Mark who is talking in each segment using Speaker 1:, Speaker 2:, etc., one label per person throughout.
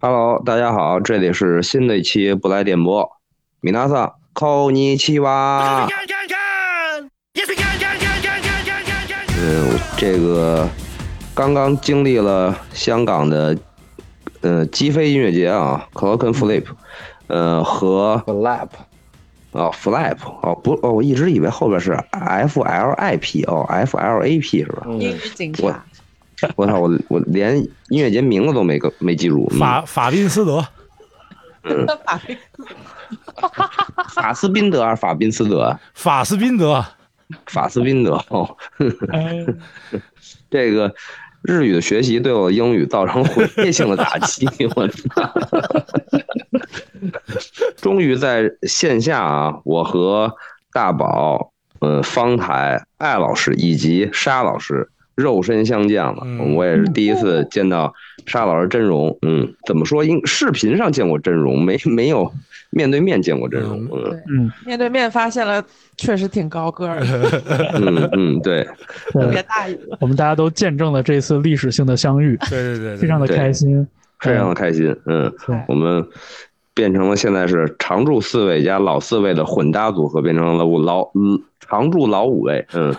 Speaker 1: Hello，大家好，这里是新的一期不来电波。米娜桑，扣你七哇。嗯，这个刚刚经历了香港的呃击飞音乐节啊，Clock and Flip，呃和
Speaker 2: flap，
Speaker 1: 哦 Flap 哦不哦，我一直以为后边是 F L I P 哦 F L A P 是吧？
Speaker 3: 英
Speaker 2: 嗯，
Speaker 3: 语警
Speaker 1: 我
Speaker 3: 察，
Speaker 1: 我操，我我连音乐节名字都没个没记住。嗯
Speaker 4: 法法宾斯德，
Speaker 3: 法律
Speaker 1: 法斯宾德还是法宾斯德？
Speaker 4: 法斯宾德，哎
Speaker 1: 法斯宾德哦， 这个日语的学习对我英语造成毁灭性的打击， 我操！终于在线下啊，我和大宝、呃方台、艾老师以及沙老师肉身相见了。
Speaker 4: 嗯
Speaker 1: 我也是第一次见到沙老师真容，嗯，怎么说？应视频上见过真容，没没有面对面见过真容，嗯。
Speaker 3: 面对面发现了，确实挺高个儿的，
Speaker 1: 嗯嗯，对，
Speaker 3: 特
Speaker 5: 对
Speaker 3: 别大一个。
Speaker 5: 我们大家都见证了这次历史性的相遇，
Speaker 4: 对对对，对
Speaker 5: 非常的开心。
Speaker 1: 非常的开心。嗯，
Speaker 5: 对
Speaker 1: 我们变成了现在是常驻四位加老四位的混搭组合，变成了我老嗯常驻老五位。嗯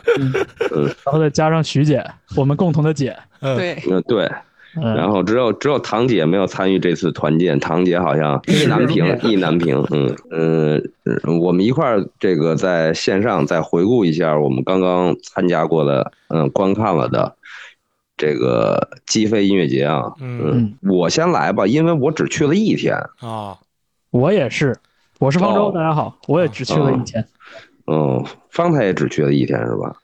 Speaker 5: 然后再加上徐姐，我们共同的姐，
Speaker 4: 嗯
Speaker 3: 对，
Speaker 1: 嗯，对。
Speaker 5: 嗯，
Speaker 1: 然后只有只有堂姐没有参与这次团建，堂姐好像意难平，意难平。嗯嗯，呃我们一块儿这个在线上再回顾一下我们刚刚参加过的，嗯，观看了的这个击飞音乐节啊。
Speaker 4: 嗯
Speaker 1: 我先来吧，因为我只去了一天。
Speaker 4: 啊，
Speaker 5: 我也是，我是方
Speaker 1: 哦
Speaker 5: 舟，大家好，我也只去了一天，
Speaker 1: 嗯，方太也只去了一天是吧？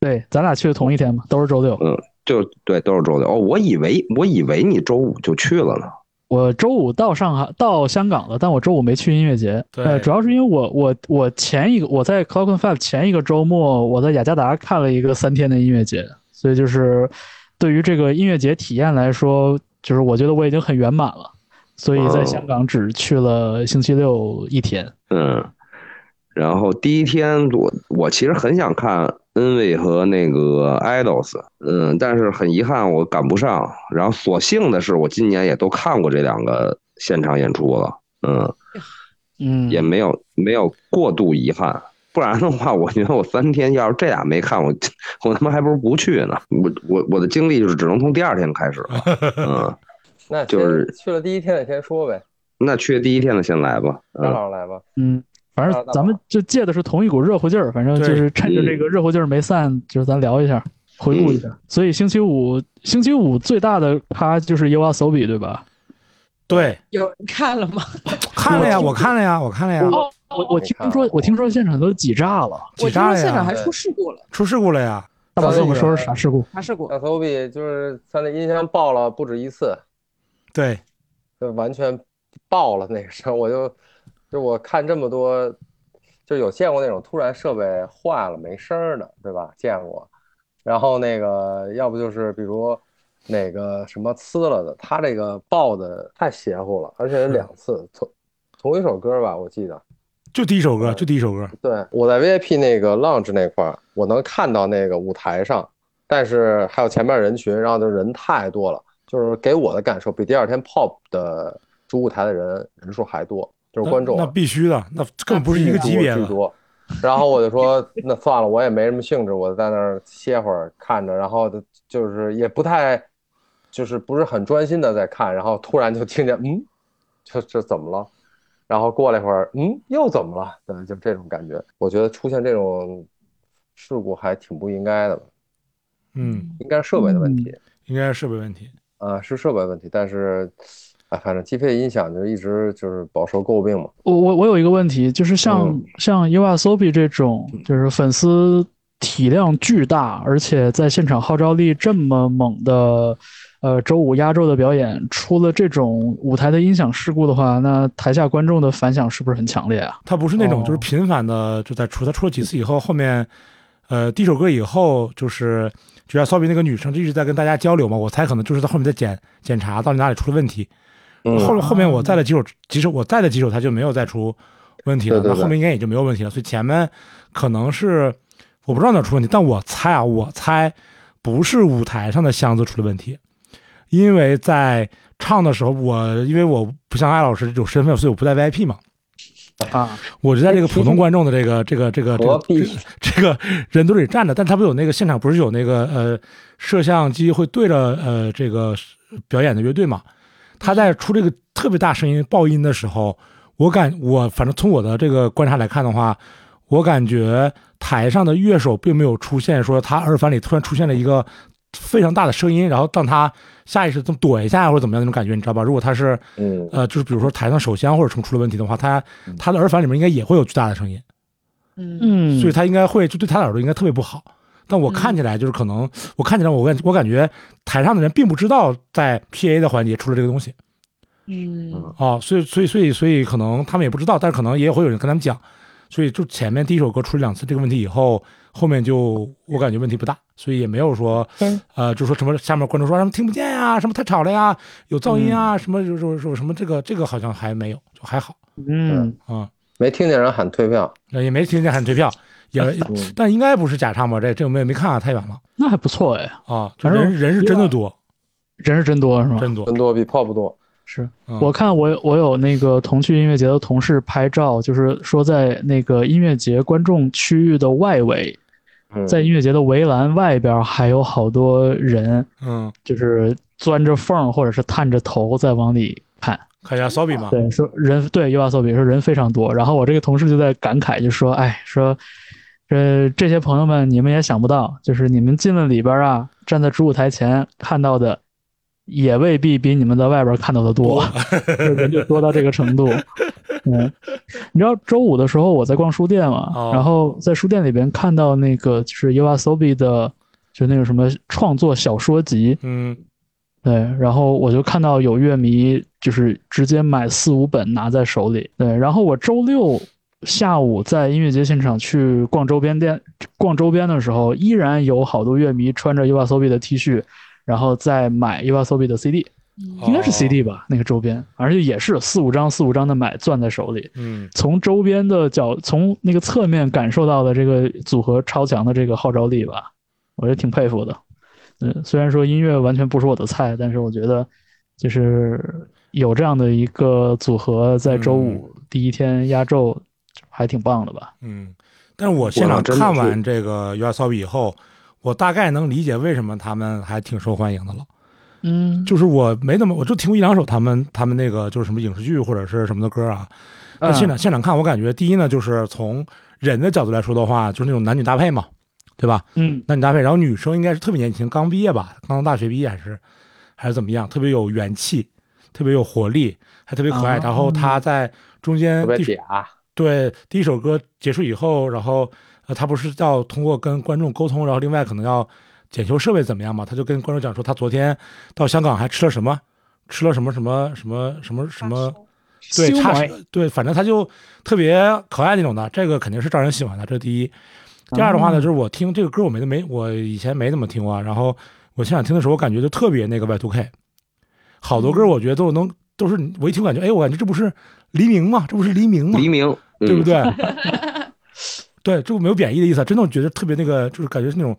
Speaker 5: 对，咱俩去的同一天嘛，都是周六。
Speaker 1: 就对，都是周六。哦，我以为我以为你周五就去了呢。
Speaker 5: 我周五到上海到香港了，但我周五没去音乐节。
Speaker 4: 对
Speaker 5: 呃，主要是因为我我我前一个我在 Clock and Five 前一个周末我在雅加达看了一个三天的音乐节，所以就是对于这个音乐节体验来说，就是我觉得我已经很圆满了，所以在香港只去了星期六一天。
Speaker 1: 嗯，然后第一天我我其实很想看恩卫和那个 idols，嗯，但是很遗憾我赶不上。然后所幸的是，我今年也都看过这两个现场演出了，嗯，
Speaker 5: 嗯，
Speaker 1: 也没有没有过度遗憾。不然的话，我觉得我三天要是这俩没看，我我他妈还不如不去呢。我我我的经历就是只能从第二天开始了， 嗯。
Speaker 2: 那
Speaker 1: 就是
Speaker 2: 先去了第一天的先说呗，
Speaker 1: 那去第一天的先来吧，
Speaker 2: 张
Speaker 1: 嗯
Speaker 2: 老师来吧。
Speaker 5: 嗯，反正咱们就借的是同一股热乎劲儿，反正就是趁着这个热乎劲儿没散，就是咱聊一下，回顾一下。所以星期五，星期五最大的咖就是 U R 手比，对吧？
Speaker 4: 对，
Speaker 3: 有人看了吗？
Speaker 4: 看了呀，我看了呀，我看了呀，
Speaker 5: 哦，我我听说，我听说现场都挤炸了。
Speaker 4: 挤
Speaker 3: 我听
Speaker 4: 炸
Speaker 3: 说
Speaker 4: 了
Speaker 3: 现场
Speaker 4: 呀，
Speaker 3: 还出事故了，
Speaker 4: 出事故了呀，
Speaker 5: 大宝跟我说是啥事故？
Speaker 3: 啥事故？
Speaker 2: 那 Toby 就是他的音箱爆了不止一次，
Speaker 4: 对，
Speaker 2: 就完全爆了那个声儿，我就就我看这么多，就有见过那种突然设备坏了没声儿的，对吧？见过。然后那个要不就是比如哪个什么呲了的，他这个爆的太邪乎了，而且是两次，同同一首歌吧，我记得。
Speaker 4: 就第一首
Speaker 5: 嗯
Speaker 4: 歌，就第一首歌，
Speaker 2: 对，我在 VIP 那个 lounge 那块儿，我能看到那个舞台上，但是还有前面人群，然后就人太多了，就是给我的感受比第二天 pop 的主舞台的人人数还多，就是观众
Speaker 4: 那
Speaker 2: 啊
Speaker 4: 那必须的，那根本不是一个级别
Speaker 2: 巨
Speaker 4: 的，
Speaker 2: 多。然后我就说，那算了，我也没什么兴致，我在那儿歇会儿看着，然后就是也不太，就是不是很专心的在看，然后突然就听见，嗯，这这怎么了？然后过了一会儿，嗯，又怎么了？对，就这种感觉。我觉得出现这种事故还挺不应该的吧，
Speaker 4: 嗯，
Speaker 2: 应该是设备的问题。
Speaker 4: 应该是设备问题，
Speaker 2: 啊，是设备问题，但是，哎，反正机配音响就一直就是饱受诟病嘛。
Speaker 5: 我我我有一个问题，就是像、
Speaker 2: 嗯
Speaker 5: 像 U R s o b i 这种，就是粉丝体量巨大，而且在现场号召力这么猛的，呃，周五压轴的表演，出了这种舞台的音响事故的话，那台下观众的反响是不是很强烈啊？
Speaker 4: 它不是那种
Speaker 5: 哦
Speaker 4: 就是频繁的就在出，它出了几次以后，后面，呃，第一首歌以后就是。就像骚比那个女生就一直在跟大家交流嘛，我猜可能就是在后面在检检查到底哪里出了问题，
Speaker 2: 嗯
Speaker 4: 后面后面我带了几首，几首我带了几首，他就没有再出问题了，
Speaker 2: 对对
Speaker 4: 那
Speaker 2: 对
Speaker 4: 后面应该也就没有问题了。所以前面可能是我不知道哪出问题，但我猜啊，我猜不是舞台上的箱子出了问题，因为在唱的时候，我因为我不像艾老师这种身份，所以我不带 VIP 嘛，
Speaker 5: 啊，
Speaker 4: 我就在这个普通观众的这个这个这个这
Speaker 2: 哎何
Speaker 4: 个
Speaker 2: 必
Speaker 4: 这个人堆里站着，但他不有那个现场不是有那个呃摄像机会对着呃这个表演的乐队嘛？他在出这个特别大声音爆音的时候，我感我反正从我的这个观察来看的话，我感觉台上的乐手并没有出现说他耳返里突然出现了一个非常大的声音，然后让他下意识这么躲一下或者怎么样那种感觉，你知道吧？如果他是
Speaker 2: 嗯，
Speaker 4: 呃就是比如说台上手枪或者什么出了问题的话，他他的耳返里面应该也会有巨大的声音。
Speaker 3: 嗯，
Speaker 5: 嗯，
Speaker 4: 所以他应该会就对他的耳朵应该特别不好。但我看起来就是可能，我看起来我感我感觉台上的人并不知道在 PA 的环节出了这个东西
Speaker 3: 嗯，
Speaker 4: 啊，所以所以所以所以可能他们也不知道，但是可能也会有人跟他们讲，所以就前面第一首歌出了两次这个问题以后，后面就我感觉问题不大，所以也没有说
Speaker 5: 嗯
Speaker 4: 呃就说什么下面观众说啊什么听不见呀，什么太吵了呀，有噪音啊，什么什么什么什么这个这个好像还没有，就还好
Speaker 5: 嗯
Speaker 4: 啊。
Speaker 2: 没听见人喊退票，
Speaker 4: 那也没听见喊退票， 也
Speaker 2: 嗯
Speaker 4: 但应该不是假唱吧？这这我们也没看啊，太远了
Speaker 5: 那还不错哎，
Speaker 4: 啊。就
Speaker 5: 反正
Speaker 4: 人人是真的多，
Speaker 5: 人是真多是吗？
Speaker 4: 真多
Speaker 2: 人。多比 pop 多。
Speaker 5: 是
Speaker 4: 嗯
Speaker 5: 我看我有我有那个同去音乐节的同事拍照，就是说在那个音乐节观众区域的外围，
Speaker 2: 嗯，
Speaker 5: 在音乐节的围栏外边还有好多人，
Speaker 4: 嗯，
Speaker 5: 就是钻着缝或者是探着头在往里看。
Speaker 4: 看一下骚比嘛，
Speaker 5: 对，说人对 U S O 比说人非常多，然后我这个同事就在感慨，就说：“哎，说这这些朋友们，你们也想不到，就是你们进了里边啊，站在主舞台前看到的，也未必比你们在外边看到的多， 就人就多到这个程度。”嗯，你知道周五的时候我在逛书店嘛，
Speaker 4: 哦
Speaker 5: 然后在书店里边看到那个就是 U S O B 的，就那个什么创作小说集，
Speaker 4: 嗯
Speaker 5: 对，然后我就看到有乐迷就是直接买四五本拿在手里。对，然后我周六下午在音乐节现场去逛周边店、逛周边的时候，依然有好多乐迷穿着 u s o b 的 T 恤，然后再买 u s o b 的 CD，应该是
Speaker 4: 哦
Speaker 5: CD 吧，那个周边，而且也是四五张、四五张的买，攥在手里。
Speaker 4: 嗯
Speaker 5: 从周边的角，从那个侧面感受到的这个组合超强的这个号召力吧，我觉得挺佩服的。嗯，虽然说音乐完全不是我的菜，但是我觉得就是有这样的一个组合在周五第一天压轴，还挺棒的吧？
Speaker 4: 嗯。但是我现场
Speaker 1: 我真的
Speaker 4: 看
Speaker 1: 是
Speaker 4: 完这个《有点骚比》以后，我大概能理解为什么他们还挺受欢迎的了。
Speaker 5: 嗯，
Speaker 4: 就是我没怎么，我就听过一两首他们他们那个就是什么影视剧或者是什么的歌啊。但现场、现场看，我感觉第一呢，就是从人的角度来说的话，就是那种男女搭配嘛，对吧？
Speaker 5: 嗯
Speaker 4: 男女搭配，然后女生应该是特别年轻，刚毕业吧，刚大学毕业还是还是怎么样，特别有元气，特别有活力，还特别可爱。
Speaker 5: 啊
Speaker 4: 然后她在中间
Speaker 2: 特
Speaker 4: 呃第
Speaker 2: 别嗲，
Speaker 4: 对第一首歌结束以后，然后呃，她不是要通过跟观众沟通，然后另外可能要检修设备怎么样嘛，她就跟观众讲说，她昨天到香港还吃了什么，吃了什么什么什么什么什么。对，
Speaker 5: 修
Speaker 4: 差
Speaker 5: 改
Speaker 4: 对，反正他就特别可爱那种的，这个肯定是招人喜欢的，这是第一。第二的话呢，就是我听这个歌，我没没我以前没怎么听过啊，然后我现场听的时候，我感觉就特别那个 Y2K，好多歌我觉得都能都是我一听感觉，哎，我感觉这不是黎明吗？这不是黎明吗？
Speaker 1: 黎明，
Speaker 4: 对不
Speaker 1: 嗯，
Speaker 4: 对？嗯 对，这个没有贬义的意思啊，真的我觉得特别那个，就是感觉是那种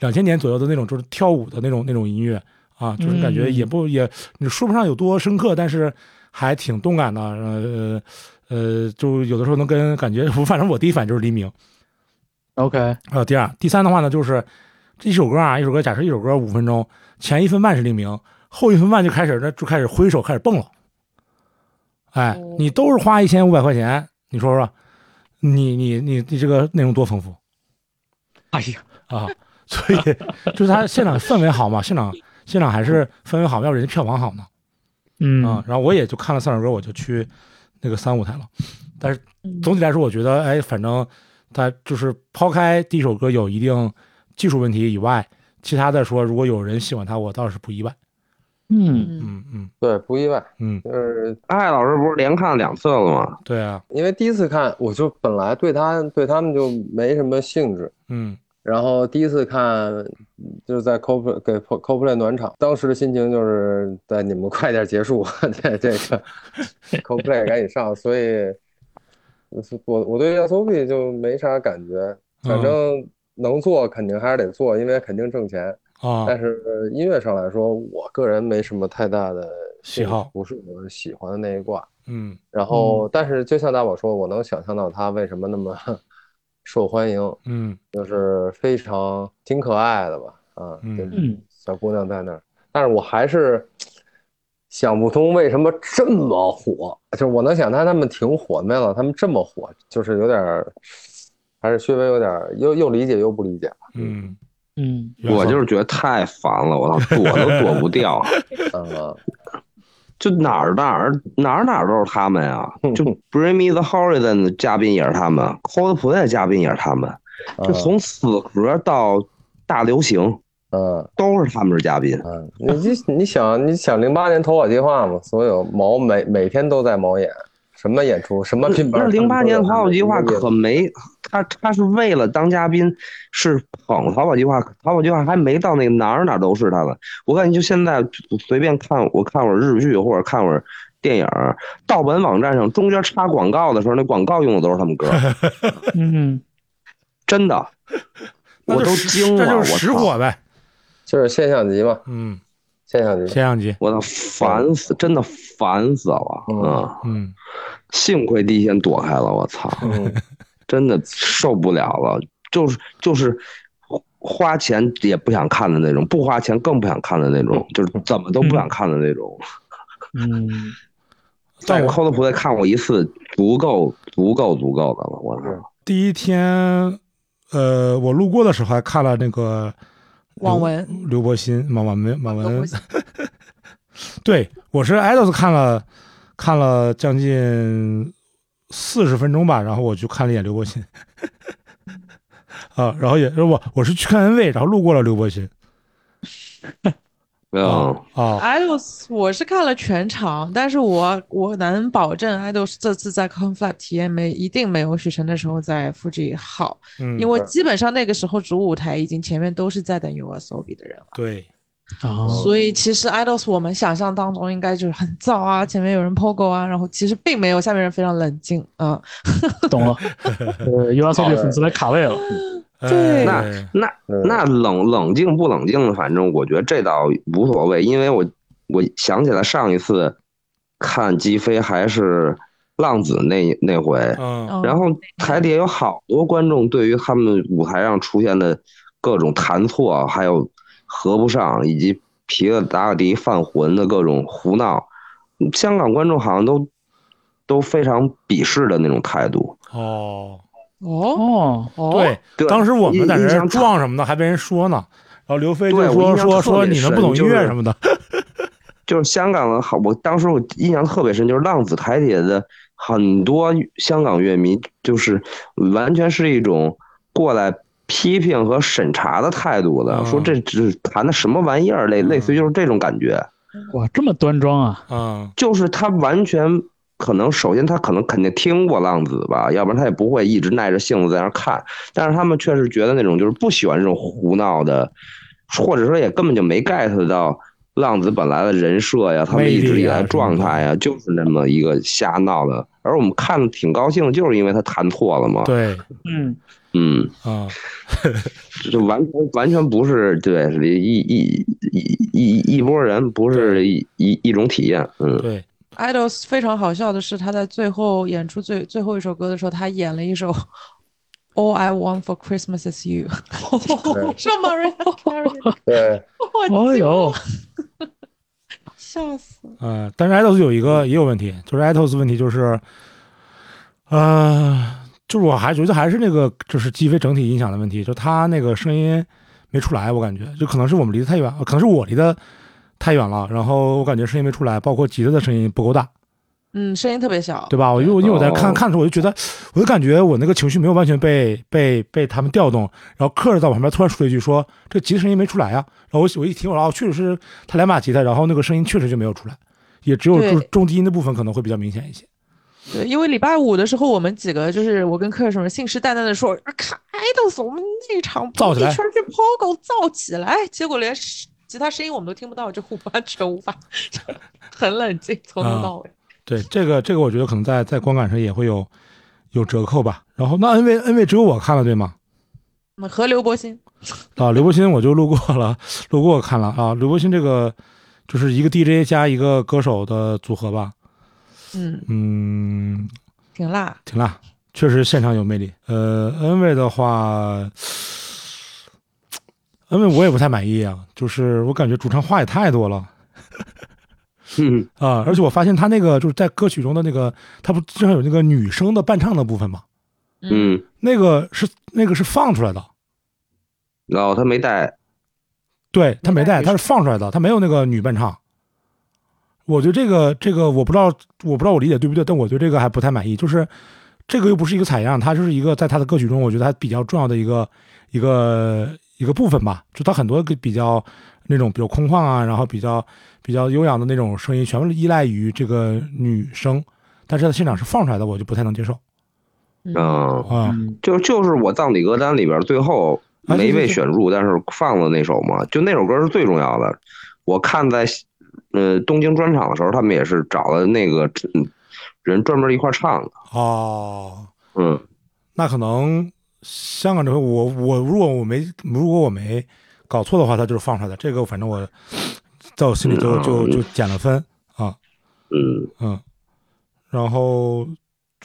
Speaker 4: 两千年左右的那种，就是跳舞的那种那种音乐啊，就是感觉也不、也你说不上有多深刻，但是还挺动感的。呃呃，就有的时候能跟感觉， 我反正我第一反应就是黎明。
Speaker 5: OK，
Speaker 4: 还有第二、第三的话呢，就是这一首歌啊，一首歌，假设一首歌五分钟，前一分半是黎明，后一分半就开始那就开始挥手开始蹦了。哎
Speaker 3: 哦，
Speaker 4: 你都是花一千五百块钱，你说说，你你你你这个内容多丰富
Speaker 5: 哎呀，
Speaker 4: 啊！ 所以就是他现场氛围好嘛，现场现场还是氛围好，要不人家票房好呢
Speaker 5: 嗯
Speaker 4: 啊。然后我也就看了三首歌，我就去那个三舞台了。但是
Speaker 3: 嗯
Speaker 4: 总体来说，我觉得，哎，反正它就是抛开第一首歌有一定技术问题以外，其他的说，如果有人喜欢它，我倒是不意外。
Speaker 5: 嗯
Speaker 3: 嗯
Speaker 4: 嗯嗯
Speaker 2: 对，不意外。
Speaker 4: 嗯，
Speaker 2: 就是
Speaker 1: 艾老师不是连看两次了吗？
Speaker 4: 对啊，
Speaker 2: 因为第一次看，我就本来对他对他们就没什么兴致，
Speaker 4: 嗯
Speaker 2: 然后第一次看就是在 CoPlay 给 CoPlay 暖场，当时的心情就是在你们快点结 束，这这 个 CoPlay 赶紧上，所以我我对 SOB
Speaker 4: 嗯
Speaker 2: 就没啥感觉，反正能做肯定还是得做，因为肯定挣钱。
Speaker 4: 啊，
Speaker 2: 但是呃音乐上来说，我个人没什么太大的
Speaker 4: 喜好
Speaker 2: 不是我喜欢的那一挂。
Speaker 4: 嗯
Speaker 2: 然后，但是就像大宝说，我能想象到他为什么那么 受欢迎，
Speaker 4: 嗯
Speaker 2: 就是非常挺可爱的吧，啊，
Speaker 4: 嗯
Speaker 2: 就是
Speaker 5: 嗯，
Speaker 2: 小姑娘在那儿。但是我还是想不通为什么这么火，就是我能想他他们挺火，没想到他们这么火，就是有点儿，还是稍微有点儿又又理解又不理解。
Speaker 4: 嗯，
Speaker 5: 嗯，
Speaker 1: 我就是觉得太烦了，我操，躲都躲不掉，
Speaker 2: 嗯，
Speaker 1: 就哪儿哪儿哪儿哪儿都是他们啊！就 Bring Me the Horizon 的嘉宾也是他们，Coldplay 的嘉宾也是他们，
Speaker 2: 啊
Speaker 1: 就从死壳到大流行
Speaker 2: 嗯
Speaker 1: 都是他们是嘉宾。
Speaker 2: 嗯，你你你想你想零八年投稿计划嘛，所有毛每每天都在毛演，什么演出什么拼盘
Speaker 1: 那
Speaker 2: 儿，
Speaker 1: 零八年
Speaker 2: 他们
Speaker 1: 淘
Speaker 2: 都
Speaker 1: 宝
Speaker 2: 有
Speaker 1: 计划
Speaker 2: 他们都
Speaker 1: 可
Speaker 2: 有
Speaker 1: 没他，他是为了当嘉宾，是捧淘宝计划，淘宝计划还没到那个哪儿哪儿都是他了。我感觉就现在随便看，我看会儿日剧或者看会儿电影儿，盗版网站上中间插广告的时候，那广告用的都是他们歌，
Speaker 5: 嗯，
Speaker 1: 真的，
Speaker 4: 那
Speaker 1: 我
Speaker 4: 就
Speaker 1: 都
Speaker 4: 实
Speaker 1: 惊了，
Speaker 4: 这就
Speaker 1: 我
Speaker 4: 是实
Speaker 1: 操！
Speaker 4: 火呗，
Speaker 2: 就是现象级嘛，
Speaker 4: 嗯，
Speaker 2: 现象级。
Speaker 4: 现象级，
Speaker 1: 我操，烦死，真的烦死了，
Speaker 2: 嗯
Speaker 1: 嗯，
Speaker 4: 嗯
Speaker 1: 幸亏第一天躲开了，我操，
Speaker 2: 嗯，
Speaker 1: 真的受不了了，就是就是花钱也不想看的那种，不花钱更不想看的那种，就是怎么都不想看的那种。
Speaker 5: 嗯，
Speaker 1: 但 cosplay 看过一次，足够足够足够的了，我操！
Speaker 4: 第一天，呃，我路过的时候还看了那个
Speaker 3: 网文
Speaker 4: 刘刘伯欣，马马文马
Speaker 3: 刘
Speaker 4: 文
Speaker 3: 伯欣，
Speaker 4: 对我是 idols 看了看了将近四十分钟吧，然后我去看了一眼刘伯欣， 啊，然后也我我是去看 NV，然后路过了刘伯欣，啊
Speaker 1: 嗯，
Speaker 4: 啊，
Speaker 3: idols 我是看了全场，但是我我能保证 idols 这次在 conflab 体验没一定没有许晨那时候在 Fuji 好，
Speaker 4: 嗯，
Speaker 3: 因为基本上那个时候主舞台已经前面都是在等 USOB 的人了，
Speaker 4: 对，
Speaker 5: 哦，
Speaker 3: 所以其实 idols 我们想象当中应该就是很燥啊，前面有人 pogo 啊，然后其实并没有，下面人非常冷静啊，
Speaker 5: 懂了，呃，USOB 粉丝来卡位了，
Speaker 3: 对
Speaker 4: 哎
Speaker 1: 那
Speaker 2: 嗯
Speaker 1: 那冷冷静不冷静的，反正我觉得这倒无所谓，因为我我想起来上一次看击飞还是浪子那那回，
Speaker 4: 嗯
Speaker 3: 嗯
Speaker 1: 然后台底下有好多观众对于他们舞台上出现的各种弹错，啊还有合不上，以及皮特达尔迪犯浑的各种胡闹，香港观众好像都都非常鄙视的那种态度。
Speaker 4: 哦，
Speaker 3: 哦
Speaker 5: 哦，
Speaker 3: 哦，
Speaker 4: 对，
Speaker 1: 对
Speaker 4: 当时我们在
Speaker 1: 印
Speaker 4: 这
Speaker 1: 象特
Speaker 4: 撞什么的，还被人说呢。然后刘飞就
Speaker 1: 对我
Speaker 4: 说
Speaker 1: 印象
Speaker 4: 说
Speaker 1: 特
Speaker 4: 说
Speaker 1: 别
Speaker 4: 你们
Speaker 1: 深
Speaker 4: 不懂音
Speaker 1: 就
Speaker 4: 乐
Speaker 1: 是
Speaker 4: 什么的，
Speaker 1: 就是香港的好，我当时我印象特别深，就是浪子台底下的很多香港乐迷，就是完全是一种过来批评和审查的态度的，
Speaker 4: 嗯
Speaker 1: 说这只弹的什么玩意儿，类类似于就是这种感觉，
Speaker 5: 哇，这么端庄啊，
Speaker 4: 嗯
Speaker 1: 就是他完全可能，首先他可能肯定听过浪子吧，要不然他也不会一直耐着性子在那儿看，但是他们确实觉得那种就是不喜欢这种胡闹的，或者说也根本就没 get 到浪子本来的人设呀，他们一
Speaker 4: 啊
Speaker 1: 直以来状态呀，就是那么一个瞎闹的。而我们看的挺高兴，就是因为他弹错了嘛。，
Speaker 4: 对，
Speaker 5: 嗯，
Speaker 1: 嗯，
Speaker 4: 啊，
Speaker 1: 这完全完全不是对一一一一一波人，不是一一一种体验。嗯，
Speaker 4: 对，
Speaker 3: idols 非常好笑的是，他在最后演出最最后一首歌的时候，他演了一首 All I Want for Christmas Is You，圣 马瑞，
Speaker 2: 对，
Speaker 5: 哦呦，
Speaker 3: 笑死！
Speaker 4: 呃，但是 idols 有一个也有问题，就是 idols 问题就是，呃，就是我还觉得还是那个就是鸡飞整体音响的问题，就他那个声音没出来，我感觉就可能是我们离得太远，呃可能是我离得太远了，然后我感觉声音没出来，包括吉他的声音不够大，
Speaker 3: 嗯，声音特别小，
Speaker 4: 对吧？我因为我因为我在看
Speaker 1: 哦
Speaker 4: 看的时候，我就觉得，我就感觉我那个情绪没有完全被被被他们调动。然后客人在我旁边突然说了一句说：“这吉他声音没出来啊。”然后我我一听，我说：“哦，确实是他两把吉他，然后那个声音确实就没有出来，也只有
Speaker 3: 对
Speaker 4: 就是中低音的部分可能会比较明显一些。
Speaker 3: 对，因为礼拜五的时候，我们几个就是我跟客人什么信誓旦旦的说，啊看 idols，我们那场
Speaker 4: 造起来
Speaker 3: 一圈去 pogo 造起来，结果连其他声音我们都听不到，就完全无法， 很冷静，从
Speaker 4: 嗯
Speaker 3: 头到尾。
Speaker 4: 对，这个这个我觉得可能在在观感上也会有有折扣吧。然后那 N V N V 只有我看了对吗？
Speaker 3: 嗯和刘伯欣，
Speaker 4: 啊，刘伯欣我就路过了，路过看了啊。刘伯欣这个就是一个 DJ 加一个歌手的组合吧，
Speaker 3: 嗯，
Speaker 4: 嗯，
Speaker 3: 挺辣。
Speaker 4: 挺辣，确实现场有魅力。呃，恩位的话，恩位我也不太满意啊，就是我感觉主唱话也太多了。
Speaker 1: 嗯
Speaker 4: 啊，而且我发现他那个就是在歌曲中的那个，他不经常有那个女生的伴唱的部分嘛，
Speaker 1: 嗯，
Speaker 4: 那个是那个是放出来的，
Speaker 1: 然后他没带，
Speaker 4: 对他没带，
Speaker 3: 没带
Speaker 4: 他是放出来的，他没有那个女伴唱。我觉得这个这个我不知道，我不知道我理解对不对，但我对这个还不太满意。就是这个又不是一个采样，它就是一个在他的歌曲中，我觉得它比较重要的一个一个一个部分吧。就他很多个比较那种比较空旷啊，然后比较比较悠扬的那种声音，全部依赖于这个女生。但是在现场是放出来的，我就不太能接受
Speaker 1: 嗯，
Speaker 4: 啊。
Speaker 5: 嗯
Speaker 1: 就就是我葬礼歌单里边最后
Speaker 4: 啊对
Speaker 1: 没
Speaker 4: 对
Speaker 1: 被
Speaker 4: 对
Speaker 1: 选入，但是放了那首嘛，就那首歌是最重要的。我看在呃东京专场的时候，他们也是找了那个嗯人专门一块儿唱的。
Speaker 4: 哦，
Speaker 1: 嗯，
Speaker 4: 那可能香港这回我我如果我没如果我没搞错的话，他就是放出来的。这个反正我在我心里就
Speaker 1: 嗯
Speaker 4: 就就减了分啊，
Speaker 1: 嗯，
Speaker 4: 嗯。然后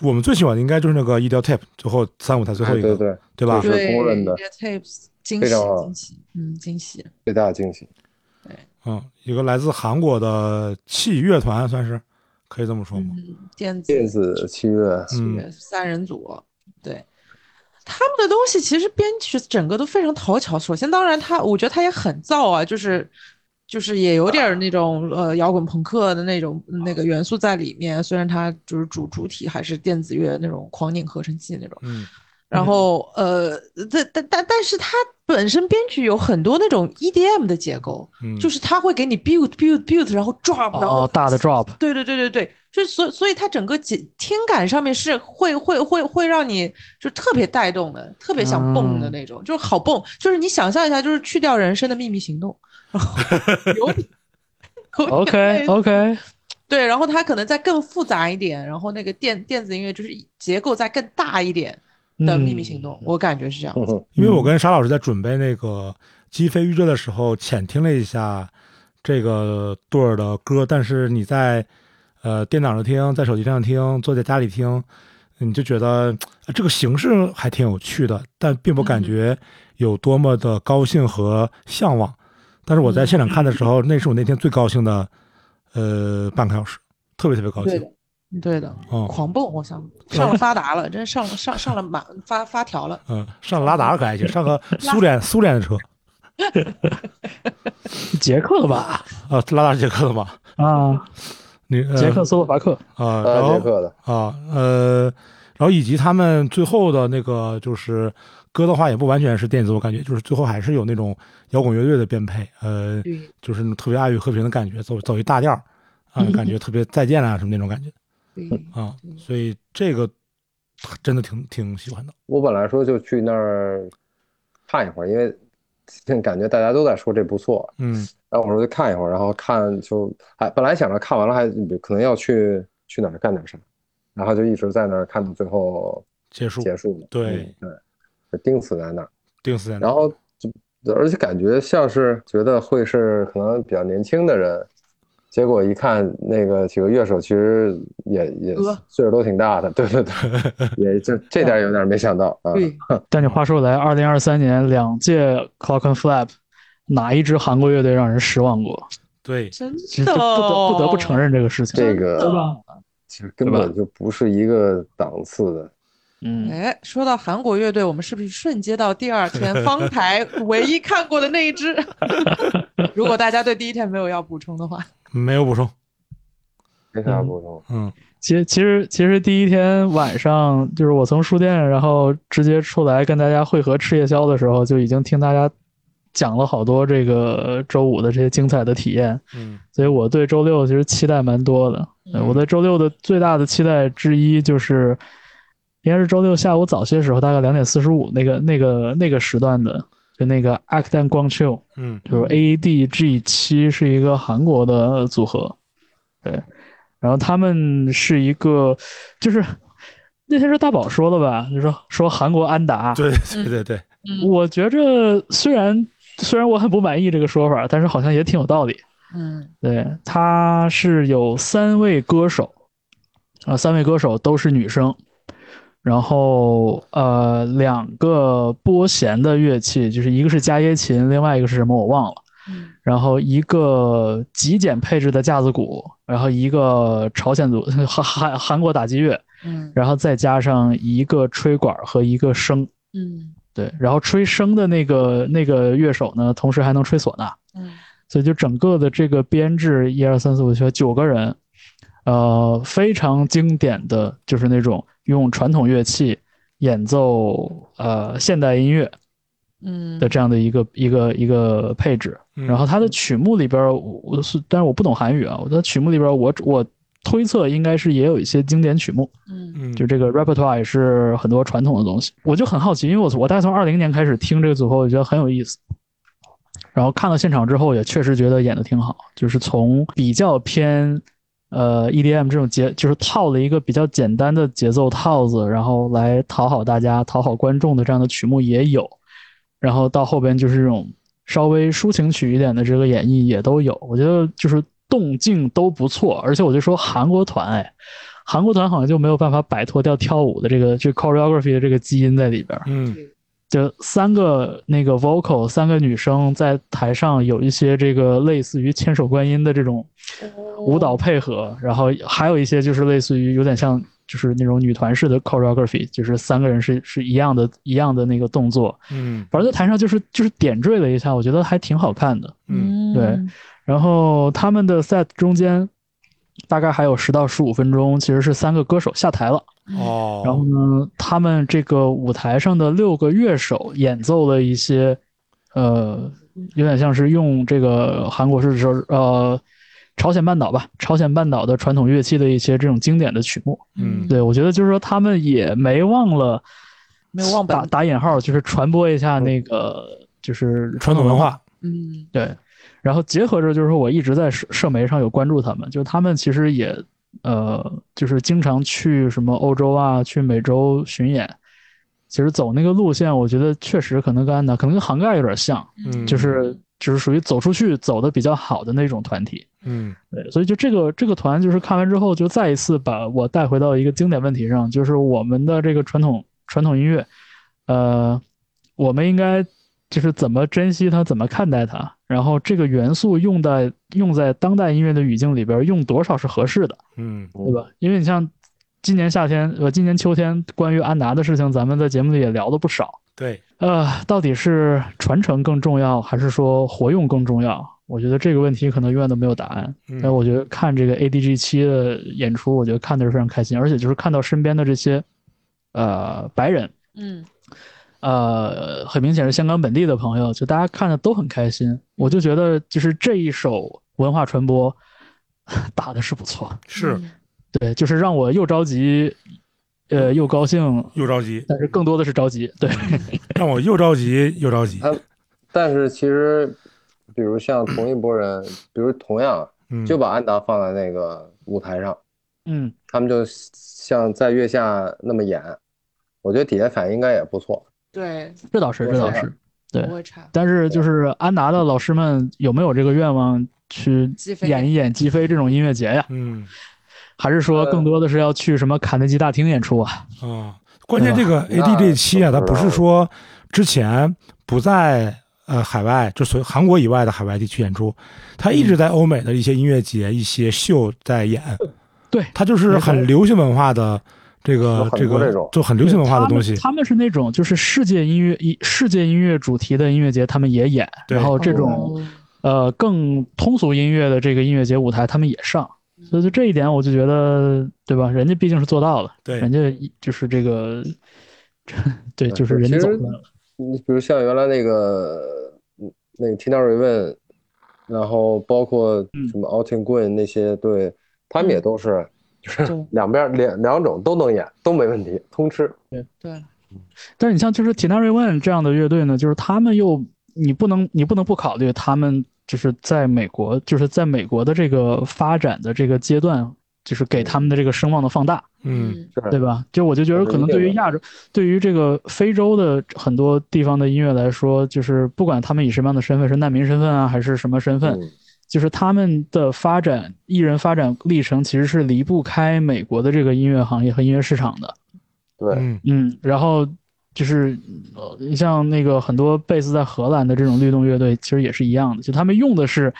Speaker 4: 我们最喜欢的应该就是那个一雕 tape 最后三舞台最后一个，
Speaker 2: 对对，
Speaker 4: 对吧
Speaker 2: 是？
Speaker 3: 对
Speaker 2: 公认的
Speaker 3: t a p s 惊
Speaker 2: 非
Speaker 3: 喜
Speaker 2: 常好
Speaker 3: 惊喜，嗯，惊喜。
Speaker 2: 最大的惊喜。
Speaker 4: 嗯，一个来自韩国的器乐团，算是可以这么说吗？
Speaker 3: 嗯，电子
Speaker 2: 电子七月，
Speaker 4: 嗯
Speaker 3: 三人组，对。他们的东西其实编曲整个都非常讨巧。首先，当然他，我觉得他也很燥啊，就是就是也有点儿那种呃摇滚朋克的那种那个元素在里面。虽然它就是主主体还是电子乐那种狂拧合成器那种，
Speaker 4: 嗯
Speaker 3: 然后呃，但但但但是它本身编曲有很多那种 EDM 的结构，
Speaker 4: 嗯，
Speaker 3: 就是它会给你 build build build，然后 drop，然后
Speaker 5: 哦，大的 drop，
Speaker 3: 对对对对对，就是所所以它整个节听感上面是会会会会让你就特别带动的，特别想蹦的
Speaker 5: 嗯
Speaker 3: 那种，就是好蹦，就是你想象一下，就是去掉人生的秘密行动， 然后有点有点
Speaker 5: OK 哦
Speaker 3: 类似
Speaker 5: OK，
Speaker 3: 对，然后它可能再更复杂一点，然后那个电电子音乐就是结构再更大一点的秘密行动，
Speaker 5: 嗯
Speaker 3: 我感觉是这样。
Speaker 2: 嗯哼哼
Speaker 4: 因为我跟沙老师在准备那个击飞预热的时候，浅听了一下这个对儿的歌，但是你在呃电脑上听，在手机上听，坐在家里听，你就觉得呃这个形式还挺有趣的，但并不感觉有多么的高兴和向往。但是我在现场看的时候，那是我那天最高兴的呃半个小时，特别特别高
Speaker 3: 对
Speaker 4: 兴
Speaker 3: 的。，对的，
Speaker 4: 哦
Speaker 3: 狂蹦，我想
Speaker 5: 嗯
Speaker 3: 上了发达了，真上了上上了满发发条了。
Speaker 4: 嗯，上拉达尔可还行，上个苏联苏联的车
Speaker 5: 捷克的吧？
Speaker 4: 啊，拉达尔捷克的吧？
Speaker 5: 啊，
Speaker 4: 你、呃、
Speaker 5: 捷克斯洛伐克，
Speaker 4: 啊，然
Speaker 2: 呃，
Speaker 4: 后
Speaker 2: 捷克的，
Speaker 4: 啊，呃，然后以及他们最后的那个就是歌的话，也不完全是电子，我感觉就是最后还是有那种摇滚乐队的编配，呃，
Speaker 3: 对，
Speaker 4: 就是那种特别爱与和平的感觉，走走一大调儿啊，感觉特别再见啊什么那种感觉
Speaker 5: 嗯
Speaker 3: 对，
Speaker 4: 啊，所以这个真的挺挺喜欢的，
Speaker 2: 我本来说就去那儿看一会儿，因为现在感觉大家都在说这不错，
Speaker 4: 嗯
Speaker 2: 然后我说就看一会儿，然后看就哎，本来想着看完了还可能要去去哪儿干点啥，然后就一直在那儿看到最后
Speaker 4: 结束，
Speaker 2: 结束了。
Speaker 4: 对
Speaker 2: 嗯对，就钉死在那儿。
Speaker 4: 定死在那
Speaker 2: 然
Speaker 4: 儿，
Speaker 2: 后就而且感觉像是觉得会是可能比较年轻的人，结果一看那个几个乐手其实也也
Speaker 3: 呃
Speaker 2: 岁数都挺大的，对 对对，也就这点有点没想到啊。
Speaker 3: 对，
Speaker 5: 但你话说回来，二零二三年两届 Clock and Flap，哪一支韩国乐队让人失望过？
Speaker 4: 对，
Speaker 3: 真
Speaker 5: 其实
Speaker 3: 的
Speaker 5: 不得不得不承
Speaker 3: 哦。
Speaker 5: 认这个事情，
Speaker 2: 这
Speaker 5: 对
Speaker 2: 个
Speaker 5: 吧？
Speaker 2: 其实根本就不是一个档次的。
Speaker 5: 嗯，
Speaker 3: 哎，说到韩国乐队，我们是不是瞬接到第二 天方台唯一看过的那一支？ 如果大家对第一天没有要补充的话，
Speaker 4: 没有补充，
Speaker 2: 没啥不同，
Speaker 4: 嗯
Speaker 5: 其其实其实第一天晚上，就是我从书店，然后直接出来跟大家会合吃夜宵的时候，就已经听大家讲了好多这个周五的这些精彩的体验，
Speaker 4: 嗯
Speaker 5: 所以我对周六其实期待蛮多的。呃
Speaker 3: 嗯
Speaker 5: 我对周六的最大的期待之一就是，应该是周六下午早些时候，大概两点四十五那个那个那个时段的，就那个 Actan 光 chill，
Speaker 4: 嗯
Speaker 5: 就是 ADG 七是一个韩国的组合，对，然后他们是一个，就是那天是大宝说的吧，就说说韩国安达，
Speaker 4: 对对对对对，
Speaker 3: 嗯
Speaker 5: 我觉着虽然虽然我很不满意这个说法，但是好像也挺有道理。
Speaker 3: 嗯
Speaker 5: 对，他是有三位歌手，啊、三位歌手都是女生，然后呃，两个拨弦的乐器，就是一个是加耶琴，另外一个是什么我忘了，
Speaker 3: 嗯
Speaker 5: 然后一个极简配置的架子鼓，然后一个朝鲜族 韩韩韩国打击乐，
Speaker 3: 嗯
Speaker 5: 然后再加上一个吹管和一个笙，
Speaker 3: 嗯
Speaker 5: 对，然后吹笙的那个那个乐手呢，同时还能吹唢呐。
Speaker 3: 嗯
Speaker 5: 所以就整个的这个编制，一二三四五六七八九个人，呃，非常经典的就是那种用传统乐器演奏呃现代音乐
Speaker 3: 嗯
Speaker 5: 的这样的一个一个一个配置。
Speaker 4: 嗯
Speaker 5: 然后它的曲目里边儿，我我是但是我不懂韩语啊，我的曲目里边儿我我推测应该是也有一些经典曲目，
Speaker 3: 嗯
Speaker 4: 嗯，
Speaker 5: 就这个 repertoire 也是很多传统的东西。我就很好奇，因为我我大概从二零年开始听这个组合，我觉得很有意思。然后看到现场之后，也确实觉得演的挺好，就是从比较偏呃 EDM 这种节，就是套了一个比较简单的节奏套子，然后来讨好大家、讨好观众的这样的曲目也有，然后到后边就是这种稍微抒情曲一点的这个演绎也都有。我觉得就是动静都不错，而且我就说韩国团哎。韩国团好像就没有办法摆脱掉跳舞的这个这 choreography 的这个基因在里边儿，
Speaker 4: 嗯
Speaker 5: 就三个那个 vocal 三个女生在台上有一些这个类似于千手观音的这种舞蹈配合，然后还有一些就是类似于有点像就是那种女团式的 choreography，就是三个人是是一样的一样的那个动作，
Speaker 4: 嗯
Speaker 5: 反正在台上就是就是点缀了一下，我觉得还挺好看的。
Speaker 4: 嗯
Speaker 5: 对然后他们的 set 中间大概还有十到十五分钟，其实是三个歌手下台了。
Speaker 4: 哦，
Speaker 5: 然后呢，他们这个舞台上的六个乐手演奏了一些，呃，有点像是用这个韩国是说呃，朝鲜半岛吧，朝鲜半岛的传统乐器的一些这种经典的曲目。
Speaker 4: 嗯
Speaker 5: 对我觉得就是说他们也没忘了
Speaker 3: 没有忘本
Speaker 5: 打打引号，就是传播一下那个就是
Speaker 4: 传统文化，
Speaker 3: 嗯
Speaker 5: 对，然后结合着就是说我一直在社社媒上有关注他们，就是他们其实也呃，就是经常去什么欧洲啊，去美洲巡演。其实走那个路线，我觉得确实可能跟安达，可能跟杭盖有点像，
Speaker 4: 嗯，
Speaker 5: 就是就是属于走出去走的比较好的那种团体。
Speaker 4: 嗯
Speaker 5: 对，所以就这个这个团，就是看完之后，就再一次把我带回到一个经典问题上，就是我们的这个传统传统音乐，呃，我们应该就是怎么珍惜它，怎么看待它，然后这个元素用在用在当代音乐的语境里边，用多少是合适的，
Speaker 4: 嗯
Speaker 5: 对吧？因为你像今年夏天，呃，今年秋天，关于安达的事情，咱们在节目里也聊了不少，
Speaker 4: 对，
Speaker 5: 呃，到底是传承更重要，还是说活用更重要？我觉得这个问题可能永远都没有答案。
Speaker 4: 嗯
Speaker 5: 但我觉得看这个 ADG 七的演出，我觉得看的是非常开心，而且就是看到身边的这些，呃，白人，
Speaker 3: 嗯
Speaker 5: 呃，很明显是香港本地的朋友，就大家看的都很开心。我就觉得就是这一手文化传播 打的是不错，
Speaker 4: 是
Speaker 5: 嗯
Speaker 3: 嗯
Speaker 5: 对，就是让我又着急，呃，又高兴，
Speaker 4: 又着急，
Speaker 5: 但是更多的是着急，对。
Speaker 4: 让我又着急又着急，
Speaker 2: 但是其实，比如像同一拨
Speaker 3: 嗯
Speaker 2: 人，比如同样
Speaker 4: 嗯，
Speaker 2: 就把安达放在那个舞台上，
Speaker 5: 嗯，
Speaker 2: 他们就像在月下那么演，我觉得底下反应应该也不错。
Speaker 3: 对
Speaker 5: 这倒是，这倒是。对
Speaker 3: 不会差
Speaker 5: 但是就是安达的老师们有没有这个愿望去
Speaker 3: 击飞
Speaker 5: 演一演击飞这种音乐节呀？
Speaker 4: 嗯
Speaker 5: 还是说
Speaker 2: 呃
Speaker 5: 更多的是要去什么卡内基大厅演出啊？
Speaker 4: 啊，关键这个
Speaker 2: 对
Speaker 4: AD
Speaker 2: 吧
Speaker 4: 这期啊，它
Speaker 2: 哎那
Speaker 4: 不是说之前不在呃海外，就所谓韩国以外的海外地区演出，它一直在欧美的一些音乐节、一些秀在演，
Speaker 2: 嗯
Speaker 5: 对
Speaker 4: 它就是很流行文化的这个
Speaker 2: 有很
Speaker 4: 这
Speaker 2: 多
Speaker 4: 个
Speaker 2: 这种
Speaker 4: 就很流行文化的东西
Speaker 5: 他们，他们是那种就是世界音乐一世界音乐主题的音乐节，他们也演，
Speaker 4: 对
Speaker 5: 然后这种
Speaker 3: 哦
Speaker 5: 呃更通俗音乐的这个音乐节舞台，他们也上。所以就这一点，我就觉得，对吧？人家毕竟是做到了，
Speaker 4: 对
Speaker 5: 人家就是这个， 对，就是
Speaker 2: 是
Speaker 5: 人家
Speaker 2: 其
Speaker 5: 走
Speaker 2: 实
Speaker 5: 出来了，
Speaker 2: 你比如像原来那个嗯那个 Tina Raven，然后包括
Speaker 3: 嗯
Speaker 2: 什么 Austin Gwin 那些，对他们也都是，就是
Speaker 3: 对
Speaker 2: 两边两两种都能演，都没问题，通吃。
Speaker 3: 对
Speaker 5: 但是你像就是 Tina Raven 这样的乐队呢，就是他们又你不能你不能不考虑他们就是在美国就是在美国的这个发展的这个阶段就是给他们的这个声望的放大，
Speaker 4: 嗯，
Speaker 2: 是
Speaker 5: 对吧？就我就觉得可能对于亚洲，对于这个非洲的很多地方的音乐来说，就是不管他们以什么样的身份，是难民身份啊，还是什么身份，
Speaker 2: 嗯
Speaker 5: 就是他们的发展艺人发展历程其实是离不开美国的这个音乐行业和音乐市场的。
Speaker 2: 对，
Speaker 4: 嗯
Speaker 5: 嗯，然后就是呃你像那个很多贝斯在荷兰的这种律动乐队，其实也是一样的，就他们用的是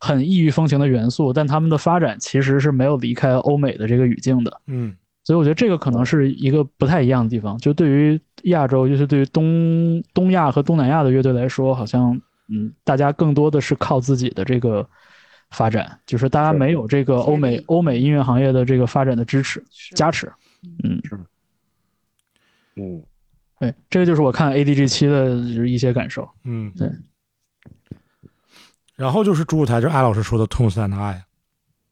Speaker 5: 很异域风情的元素，但他们的发展其实是没有离开欧美的这个语境的。
Speaker 4: 嗯
Speaker 5: 所以我觉得这个可能是一个不太一样的地方，就对于亚洲，就是对于东东亚和东南亚的乐队来说，好像嗯，大家更多的是靠自己的这个发展，就是大家没有这个欧美
Speaker 3: 是
Speaker 5: 欧美音乐行业的这个发展的支持
Speaker 3: 是
Speaker 5: 加持。
Speaker 2: 嗯，
Speaker 5: 对，哎这个就是我看 ADG 七的就是一些感受。
Speaker 4: 嗯，
Speaker 5: 对。
Speaker 4: 然后就是主舞台，就是艾老师说的《痛死在那爱》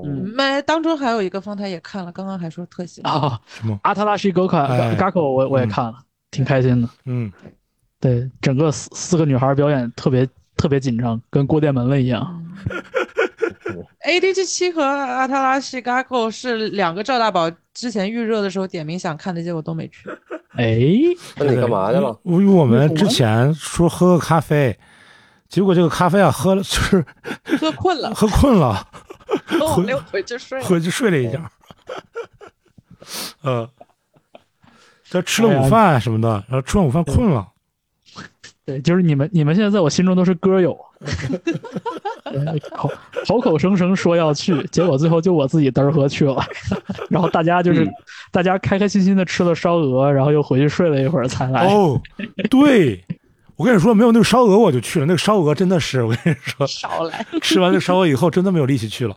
Speaker 5: 嗯
Speaker 3: 没，哎当中还有一个方台也看了，刚刚还说特写。
Speaker 5: 啊，
Speaker 4: 什么？
Speaker 5: 阿特拉西戈卡
Speaker 4: 哎
Speaker 5: Gakko 我我也
Speaker 4: 嗯
Speaker 5: 看了，挺开心的。
Speaker 4: 嗯，
Speaker 5: 对，整个四四个女孩表演特别特别紧张，跟过电门了一样。
Speaker 3: A D G 七和阿特拉西 g a k o 是两个赵大宝之前预热的时候点名想看的，结果都没去。
Speaker 5: 哎，
Speaker 2: 那你干嘛去
Speaker 3: 嗯
Speaker 2: 了？
Speaker 4: 因为我们之前说喝个咖啡，结果这个咖啡啊喝了就是，
Speaker 3: 喝困了
Speaker 4: 喝困了，
Speaker 3: 喝完了回去睡了。
Speaker 4: 回去睡了一觉。呃，这吃了
Speaker 5: 哎呀
Speaker 4: 午饭什么的，然后吃完午饭困了。
Speaker 5: 对，就是你们你们现在在我心中都是歌友，啊 对口口口声声说要去，结果最后就我自己嘚儿喝去了， 然后大家就是、大家开开心心的吃了烧鹅，然后又回去睡了一会儿才来。
Speaker 4: 哦，对，我跟你说，没有那个烧鹅我就去了，那个烧鹅真的是，我跟你说，
Speaker 3: 少来，
Speaker 4: 吃完那个烧鹅以后真的没有力气去了。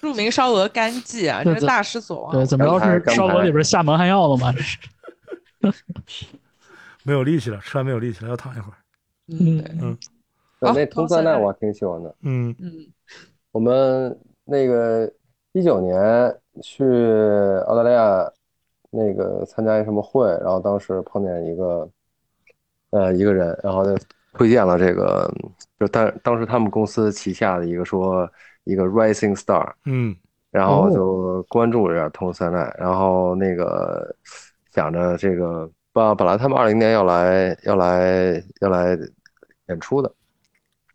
Speaker 3: 著名烧鹅干记啊，
Speaker 5: 对
Speaker 3: 这是大失所
Speaker 5: 对，
Speaker 3: 望。啊
Speaker 5: 怎么着是
Speaker 2: 刚才
Speaker 5: 烧鹅里边下蒙汗药了吗？这是，
Speaker 4: 没有力气了，吃完没有力气了，要躺一会儿。
Speaker 3: 嗯，对，
Speaker 2: 对
Speaker 3: 啊
Speaker 2: 那
Speaker 3: 通
Speaker 2: 通塞
Speaker 3: 塞
Speaker 2: 奈
Speaker 3: 奈
Speaker 2: 我还挺喜欢的。
Speaker 4: 嗯
Speaker 3: 嗯，
Speaker 2: 我们那个一九年去澳大利亚那个参加一什么会，然后当时碰见一个呃一个人，然后就推荐了这个，就当当时他们公司旗下的一个说一个 Rising Star，
Speaker 4: 嗯
Speaker 2: 然后就关注了一下通三奈，然后那个想着这个本本来他们二零年要来要来要来演出的。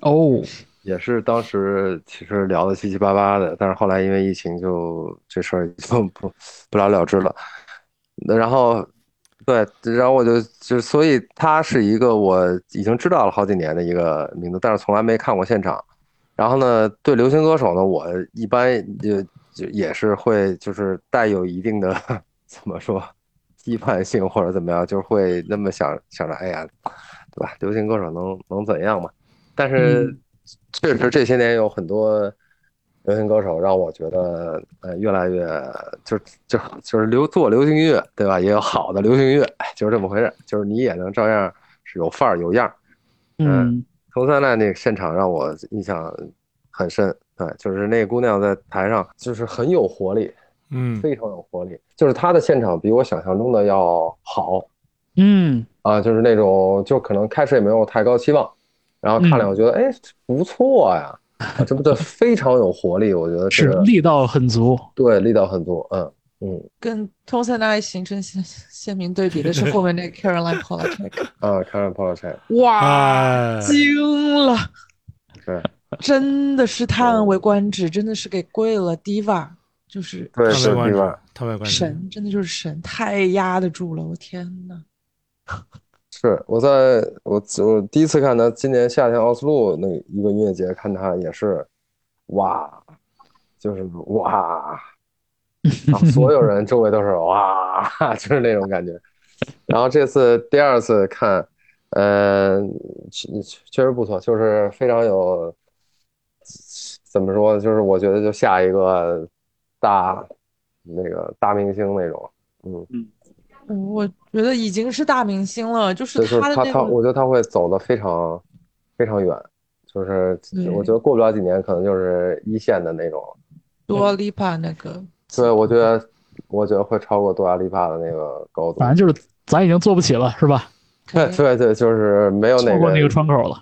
Speaker 5: 哦，
Speaker 2: 也是当时其实聊的七七八八的，但是后来因为疫情就这事儿就不不了了之了。那然后，对，然后我就就所以他是一个我已经知道了好几年的一个名字，但是从来没看过现场。然后呢，对流行歌手呢，我一般也就也是会就是带有一定的 怎么说批判性或者怎么样，就是会那么想想着，哎呀，对吧？流行歌手能能怎样嘛？但是
Speaker 5: 嗯
Speaker 2: 确实这些年有很多流行歌手让我觉得，呃，越来越就就就是流做流行乐，对吧？也有好的流行乐，哎就是这么回事儿，就是你也能照样是有范儿有样儿。
Speaker 5: 嗯
Speaker 2: 头三奈那个现场让我印象很深，对，就是那姑娘在台上就是很有活力，
Speaker 4: 嗯
Speaker 2: 非常有活力，就是她的现场比我想象中的要好
Speaker 5: 嗯，
Speaker 2: 啊，就是那种就可能开始也没有太高期望，然后看了
Speaker 5: 嗯
Speaker 2: 我觉得、哎不错呀，啊这不 这非常有活力，我觉得这
Speaker 5: 是
Speaker 2: 个
Speaker 5: 力道很足。
Speaker 2: 对力道很足，嗯嗯
Speaker 3: 跟 Tom s a n a 形成鲜鲜明对比的 是后面那 Caroline Polachek，
Speaker 2: 啊，看上 p o l o c h
Speaker 5: 啊
Speaker 3: 哇，
Speaker 4: 哎，
Speaker 3: 惊了，
Speaker 2: 是
Speaker 3: 真的是叹为观止，真的是给跪了 Diva，就是
Speaker 2: 对
Speaker 4: 他
Speaker 2: 是
Speaker 4: 没关
Speaker 2: 地
Speaker 4: 系
Speaker 2: 方，
Speaker 4: 他没关系。
Speaker 3: 神，真的就是神，太压得住了，我天呐。
Speaker 2: 是我在我我第一次看他，今年夏天奥斯陆那一个音乐节看他也是，哇，就是哇，然后所有人周围都是哇， 就是那种感觉。然后这次第二次看，呃，确确实不错，就是非常有，怎么说，就是我觉得就下一个大那个大明星那种，嗯，
Speaker 3: 我觉得已经是大明星了，就是
Speaker 2: 就是
Speaker 3: 他的
Speaker 2: 他
Speaker 3: 那
Speaker 2: 他，
Speaker 3: 种
Speaker 2: 我觉得他会走得非常非常远，就是
Speaker 3: 对
Speaker 2: 我觉得过不了几年，可能就是一线的那种。
Speaker 3: 多 Lipa 那个，
Speaker 2: 所以我觉得，我觉得会超过杜亚丽帕的那个高度
Speaker 5: 反。正就是咱已经做不起了，是吧？
Speaker 2: 对对对，就是没有
Speaker 5: 错
Speaker 2: 哪
Speaker 5: 过
Speaker 2: 个
Speaker 5: 那个窗口了。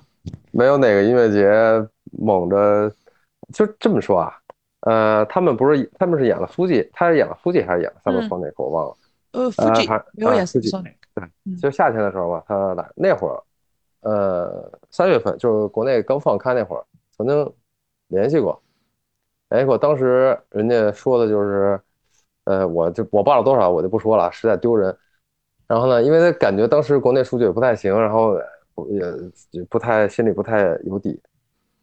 Speaker 2: 没有哪个音乐节猛着，就这么说啊，呃，他们不是他们是演了 Fuji，他是演了 Fuji 还是演了 Summer Sonic，我忘了。
Speaker 3: 呃
Speaker 2: 呃
Speaker 3: ，Fuji
Speaker 2: 还
Speaker 3: 没有
Speaker 2: 呃
Speaker 3: 演
Speaker 2: Fuji
Speaker 3: Sonic，嗯
Speaker 2: 就夏天的时候吧，他来那会儿，呃，三月份就是国内刚放开那会儿，曾经联系过，联系过。当时人家说的就是，呃，我就我报了多少我就不说了，实在丢人。然后呢，因为他感觉当时国内数据也不太行，然后也也不太心里不太有底。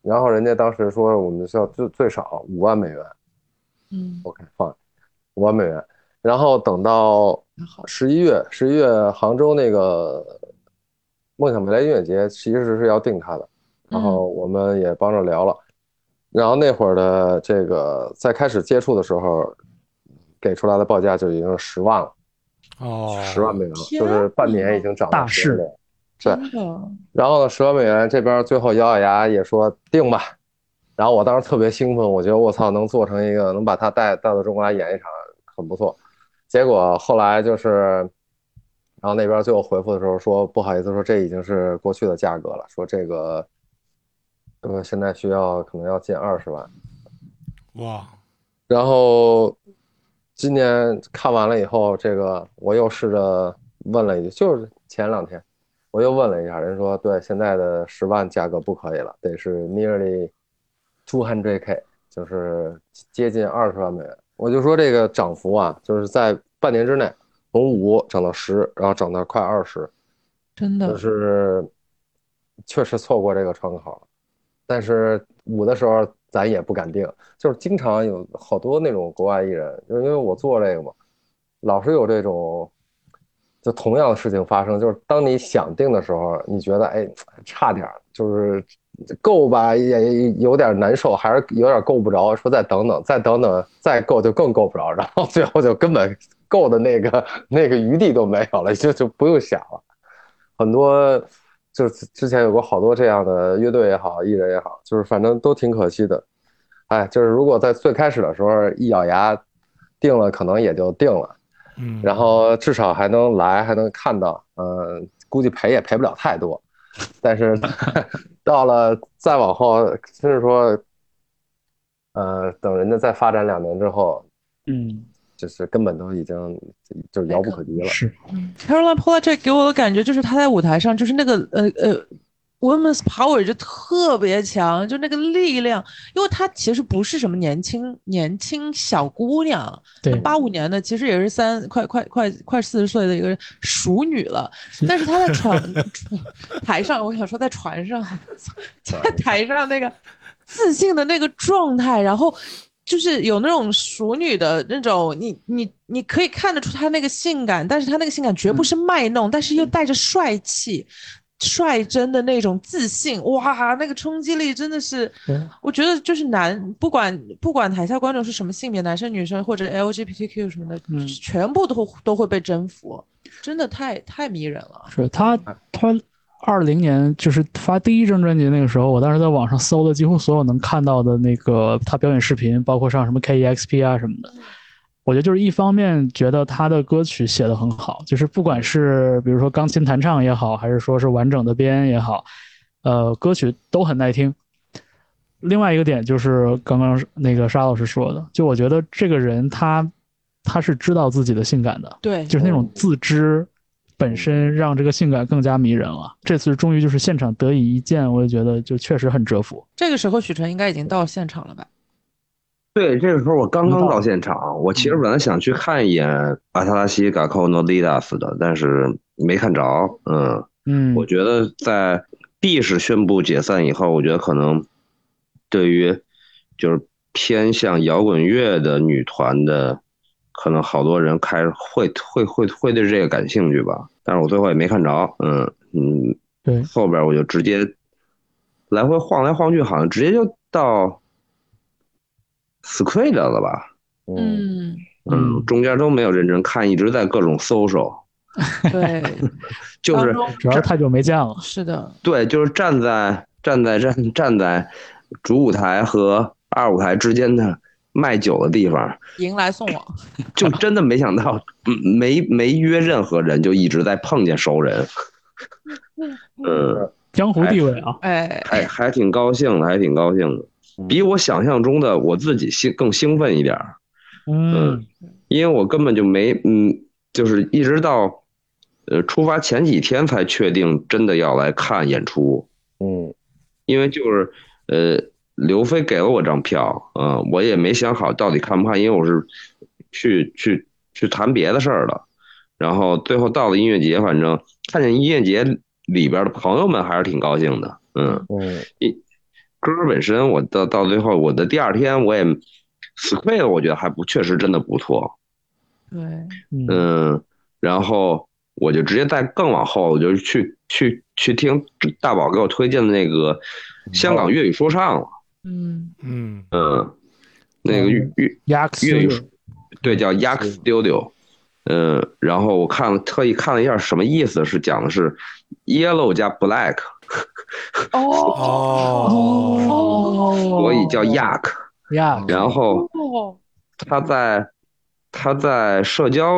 Speaker 2: 然后人家当时说，我们需要最最少五万美元
Speaker 3: 嗯，
Speaker 2: ，OK，放五万美元。然后等到
Speaker 3: 还好，
Speaker 2: 十一月，十一月杭州那个梦想未来音乐节其实是要定它的，然后
Speaker 3: 嗯
Speaker 2: 我们也帮着聊了。然后那会儿的这个在开始接触的时候，给出来的报价就已经是十万了，
Speaker 4: 哦，
Speaker 2: 十万美元了，
Speaker 3: 天
Speaker 2: 就是半年已经涨
Speaker 5: 大
Speaker 2: 到十
Speaker 5: 势
Speaker 2: 万美元。对
Speaker 3: 真的，
Speaker 2: 然后呢，十万美元这边最后咬咬牙也说定吧。然后我当时特别兴奋，我觉得我操，能做成一个，能把它带带到中国来演一场，很不错。结果后来就是，然后那边最后回复的时候说不好意思，说这已经是过去的价格了，说这个，呃，现在需要可能要近二十万。
Speaker 4: 哇，
Speaker 2: 然后今年看完了以后，这个我又试着问了一句，就是前两天我又问了一下，人说对现在的十万价格不可以了，得是 nearly two hundred k，就是接近二十万美元。我就说这个涨幅啊，就是在半年之内从五涨到十，然后涨到快二十，
Speaker 3: 真
Speaker 2: 就
Speaker 3: 的，
Speaker 2: 是确实错过这个窗口了。但是舞的时候咱也不敢定，就是经常有好多那种国外艺人，就因为我做这个嘛，老是有这种就同样的事情发生。就是当你想定的时候，你觉得哎差点儿，就是够吧，也有点难受，还是有点够不着。说再等 等，再等等，再够就更够不着，然后最后就根本 够的那个那个余地都没有了，就就不用想了。很多就是之前有过好多这样的乐队也好，艺人也好，就是反正都挺可惜的。哎，就是如果在最开始的时候一咬牙定了，可能也就定了，
Speaker 4: 嗯，
Speaker 2: 然后至少还能来，还能看到，呃，估计赔也赔不了太多。但是到了再往后，真是说，呃，等人家再发展两年之后，
Speaker 5: 嗯，
Speaker 2: 就是根本都已经就是遥不可及了。
Speaker 5: 是
Speaker 3: Caroline Polachek 给我的感觉就是她在舞台上就是那个呃呃，women's power 就特别强，就那个力量，因为她其实不是什么年轻年轻小姑娘，
Speaker 5: 对，
Speaker 3: 八五年的，其实也是三快快快快四十岁的一个熟女了，但是她在船 船台上，我想说在船上， 在台上那个自信的那个状态，然后就是有那种熟女的那种，你你你可以看得出她那个性感，但是她那个性感绝不是卖弄，但是又带着帅气。率真的那种自信，哇，那个冲击力真的是，
Speaker 5: 嗯
Speaker 3: 我觉得就是男，不管不管台下观众是什么性别，男生女生或者 LGBTQ 什么的，
Speaker 5: 嗯
Speaker 3: 全部都都会被征服，真的太太迷人了。
Speaker 5: 是他他二零年就是发第一张专辑那个时候，我当时在网上搜了几乎所有能看到的那个他表演视频，包括上什么 KEXP 啊什么的。我觉得就是一方面觉得他的歌曲写得很好，就是不管是比如说钢琴弹唱也好，还是说是完整的编也好，呃，歌曲都很耐听。另外一个点就是刚刚那个沙老师说的，就我觉得这个人他他是知道自己的性感的，
Speaker 3: 对，
Speaker 5: 就是那种自知本身让这个性感更加迷人了。这次终于就是现场得以一见，我也觉得就确实很折服。
Speaker 3: 这个时候许晨应该已经到现场了吧？
Speaker 1: 对，这个时候我刚刚到现场，我其实本来想去看一眼阿塔拉西·嘎寇诺利达斯的，但是没看着。嗯，
Speaker 5: 嗯，
Speaker 1: 我觉得在 B 市宣布解散以后，我觉得可能对于就是偏向摇滚乐的女团的，可能好多人开始会会会会对这个感兴趣吧。但是我最后也没看着，嗯嗯，
Speaker 5: 对
Speaker 1: 后边我就直接来回晃来晃去，好像直接就到 Squid 了吧？
Speaker 3: 嗯，
Speaker 2: 嗯，
Speaker 1: 嗯，中间都没有认真看，一直在各种搜搜，
Speaker 3: 对，
Speaker 1: 就
Speaker 3: 当
Speaker 1: 是
Speaker 3: 中
Speaker 5: 主要是太久没见了。
Speaker 3: 是的，
Speaker 1: 对，就是站在站在站站在主舞台和二舞台之间的卖酒的地方，
Speaker 3: 迎来送往，
Speaker 1: 就真的没想到，嗯没没约任何人，就一直在碰见熟人。呃嗯，
Speaker 5: 江湖地位啊，
Speaker 3: 哎，
Speaker 1: 还还挺高兴的，还挺高兴的。比我想象中的我自己兴更兴奋一点儿，
Speaker 5: 嗯
Speaker 1: 因为我根本就没嗯，就是一直到呃出发前几天才确定真的要来看演出，
Speaker 2: 嗯
Speaker 1: 因为就是呃刘飞给了我张票啊、我也没想好到底看不看，因为我是去去去谈别的事儿了，然后最后到了音乐节，反正看见音乐节里边的朋友们还是挺高兴的，嗯。
Speaker 2: 嗯
Speaker 1: 歌儿本身，我到到最后，我的第二天我也 s q u a 我觉得还不确实真的不错，
Speaker 3: 对，
Speaker 5: 嗯
Speaker 1: 嗯，然后我就直接再更往后，我就去去去听大宝给我推荐的那个香港粤语说唱了，
Speaker 3: 嗯，
Speaker 4: 嗯，
Speaker 1: 嗯，那个粤粤
Speaker 5: ，Yax
Speaker 1: 粤语说对叫 Yak Studio，嗯，然后我看了特意看了一下什么意思，是讲的是 Yellow 加 Black，
Speaker 3: 哦
Speaker 4: 哦，
Speaker 1: 所以叫 Yak，
Speaker 5: Yax，
Speaker 1: 然后。
Speaker 3: 哦，
Speaker 1: 他在他在社交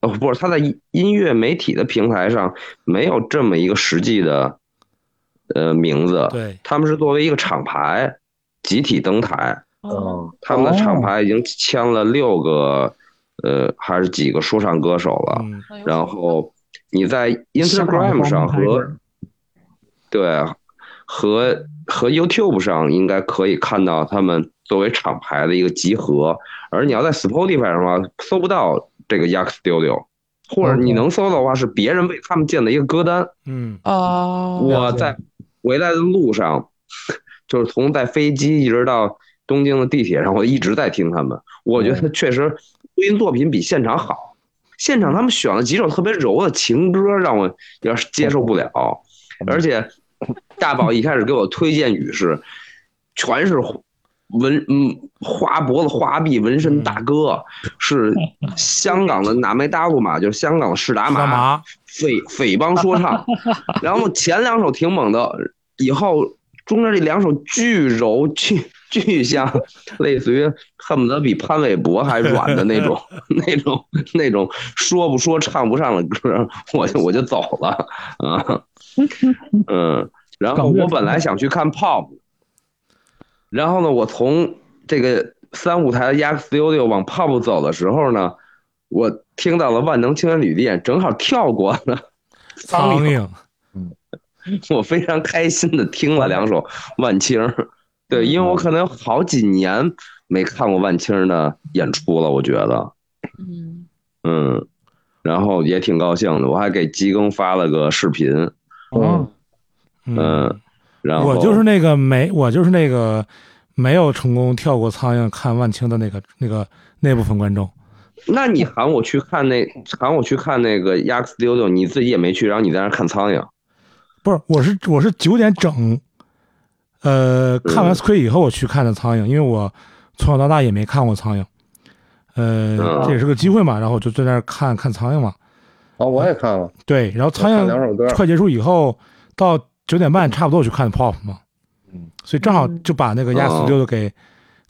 Speaker 1: 哦不是他在音音乐媒体的平台上没有这么一个实际的呃名字，
Speaker 4: 对，
Speaker 1: 他们是作为一个厂牌集体登台，
Speaker 2: 嗯
Speaker 3: 哦，
Speaker 1: 他们的
Speaker 5: 哦
Speaker 1: 厂牌已经签了六个呃还是几个说唱歌手了，
Speaker 4: 嗯，
Speaker 3: 那有
Speaker 1: 然
Speaker 3: 什么
Speaker 1: 后你在
Speaker 5: 香港的
Speaker 1: Instagram 上
Speaker 5: 帮派
Speaker 1: 和
Speaker 5: 人
Speaker 1: 对，和和 YouTube 上应该可以看到他们作为厂牌的一个集合，而你要在 Spotify 上啊搜不到这个 Yak Studio，或者你能搜到的话是别人为他们建的一个歌单。
Speaker 4: 嗯，
Speaker 3: 哦，
Speaker 1: 我在回来的路上， 就是从在飞机一直到东京的地铁上，我一直在听他们。我觉得确实录音作品比现场好，现场他们选了几首特别柔的情歌，让我有点接受不了。而且大宝一开始给我推荐语是，全是纹嗯花脖子花臂纹身大 哥，是香港的哪枚大路马，就是香港的士达
Speaker 4: 干
Speaker 1: 马。
Speaker 4: 嘛？
Speaker 1: 匪匪帮说唱，然后前两首挺猛的，以后中间这两首巨柔巨巨像，类似于恨不得比潘玮柏还软的那种 那种那种说不说唱不上的歌， 我就我就走了啊，嗯，然后我本来想去看 pop，然后呢，我从这个三舞台的 Yak Studio 往 pop 走的时候呢。我听到了万能青年旅店，正好跳过了
Speaker 4: 苍蝇，
Speaker 1: 我非常开心的听了两首万青儿，对，因为我可能有好几年没看过万青儿的演出了，我觉得，
Speaker 3: 嗯，
Speaker 1: 嗯，然后也挺高兴的，我还给鸡更发了个视频，
Speaker 5: 哦
Speaker 1: 嗯，然后
Speaker 4: 我就是那个没，我就是那个没有成功跳过苍蝇看万青的那个那个那部分观众，
Speaker 1: 那你喊我去看那喊我去看那个 Yak Studio，你自己也没去，然后你在那儿看苍蝇，
Speaker 4: 不是，我是我是九点整，呃，看完 Squid 以后我去看的苍蝇，因为我从小到大也没看过苍蝇，呃，
Speaker 1: 嗯
Speaker 4: 这也是个机会嘛，然后我就在那儿看看苍蝇嘛，
Speaker 2: 啊，我也看了，
Speaker 4: 对，然后
Speaker 2: 我
Speaker 4: 苍
Speaker 2: 看两
Speaker 4: 蝇
Speaker 2: 首歌，
Speaker 4: 快结束以后到九点半差不多我去看 Pop 嘛，
Speaker 2: 嗯，哦
Speaker 4: 所以正好就把那个亚斯
Speaker 1: 嗯
Speaker 4: 丢的给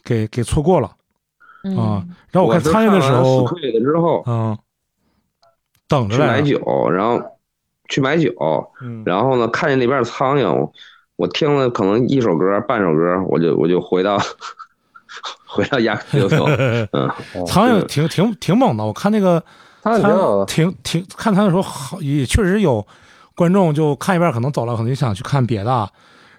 Speaker 4: 给给错过了
Speaker 3: 嗯
Speaker 4: 啊，，然后我
Speaker 1: 我
Speaker 4: 看苍蝇的时候
Speaker 1: 是看完，Squid 之后
Speaker 4: 嗯，等着
Speaker 1: 去
Speaker 4: 来啊
Speaker 1: 买
Speaker 4: 着，
Speaker 1: 酒，然后去买酒，
Speaker 4: 嗯，
Speaker 1: 然后呢，看见那边的苍蝇，我我听了可能一首歌、半首歌，我就我就回到 回到亚 克嗯，
Speaker 4: 苍
Speaker 2: 哦
Speaker 4: 蝇挺挺挺猛的，我看那个
Speaker 2: 他挺好的，
Speaker 4: 挺挺看他的时候好，也确实有观众就看一半可能走了，可能就想去看别的。啊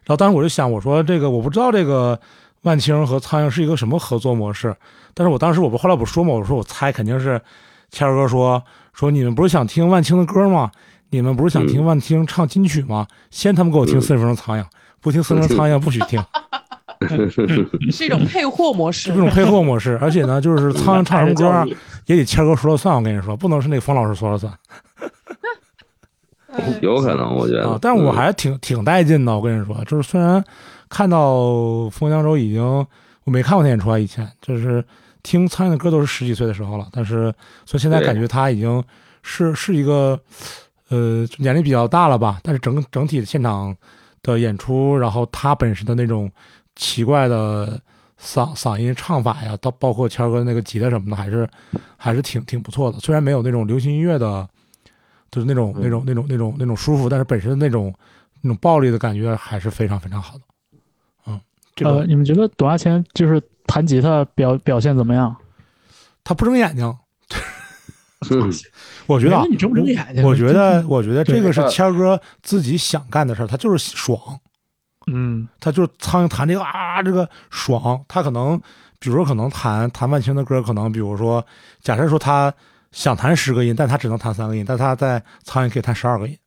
Speaker 4: 然后当时我就想，我说这个我不知道这个万青和苍蝇是一个什么合作模式，但是我当时我不后来我不说嘛，我说我猜肯定是谦儿哥说说你们不是想听万青的歌吗？你们不是想听万青唱金曲吗？先他们给我听
Speaker 1: 嗯
Speaker 4: 四十分钟苍蝇，不听四十分钟苍蝇不许听，
Speaker 3: 是一种配货模式
Speaker 4: 这，种配合模式。而且呢，就是苍蝇唱什么歌啊也得谦儿哥说了算，我跟你说，不能是那个冯老师说了算。
Speaker 3: 哎
Speaker 1: 有可能我觉得
Speaker 4: 啊，，但我还挺挺带劲的。我跟你说，就是虽然看到《风江州》已经我没看过他演出啊，以前就是听苍蝇的歌都是十几岁的时候了，但是所以现在
Speaker 1: 对
Speaker 4: 感觉他已经是是一个呃就年龄比较大了吧，但是整整体的现场的演出，然后他本身的那种奇怪的嗓嗓音唱法呀，到包括谦儿哥那个吉他什么的，还是还是挺挺不错的。虽然没有那种流行音乐的，就是那种那种那种那种那种舒服，但是本身的那种那种暴力的感觉还是非常非常好的。嗯，这
Speaker 5: 呃，
Speaker 4: 个
Speaker 5: 你们觉得董亚千就是弹吉他表表现怎么样？
Speaker 4: 他不睁眼睛，
Speaker 1: 嗯，
Speaker 4: 我觉得啊
Speaker 5: 哎你睁不睁眼睛？
Speaker 4: 我觉得，我觉得这个是
Speaker 2: 对
Speaker 4: 谦儿哥自己想干的事儿，他就是爽，
Speaker 5: 嗯，
Speaker 4: 他就是苍蝇弹这个啊，这个爽。他可能，比如说可能弹弹万青的歌，可能比如说，假设说他想弹十个音，但他只能弹三个音，但他在苍蝇可以弹十二个音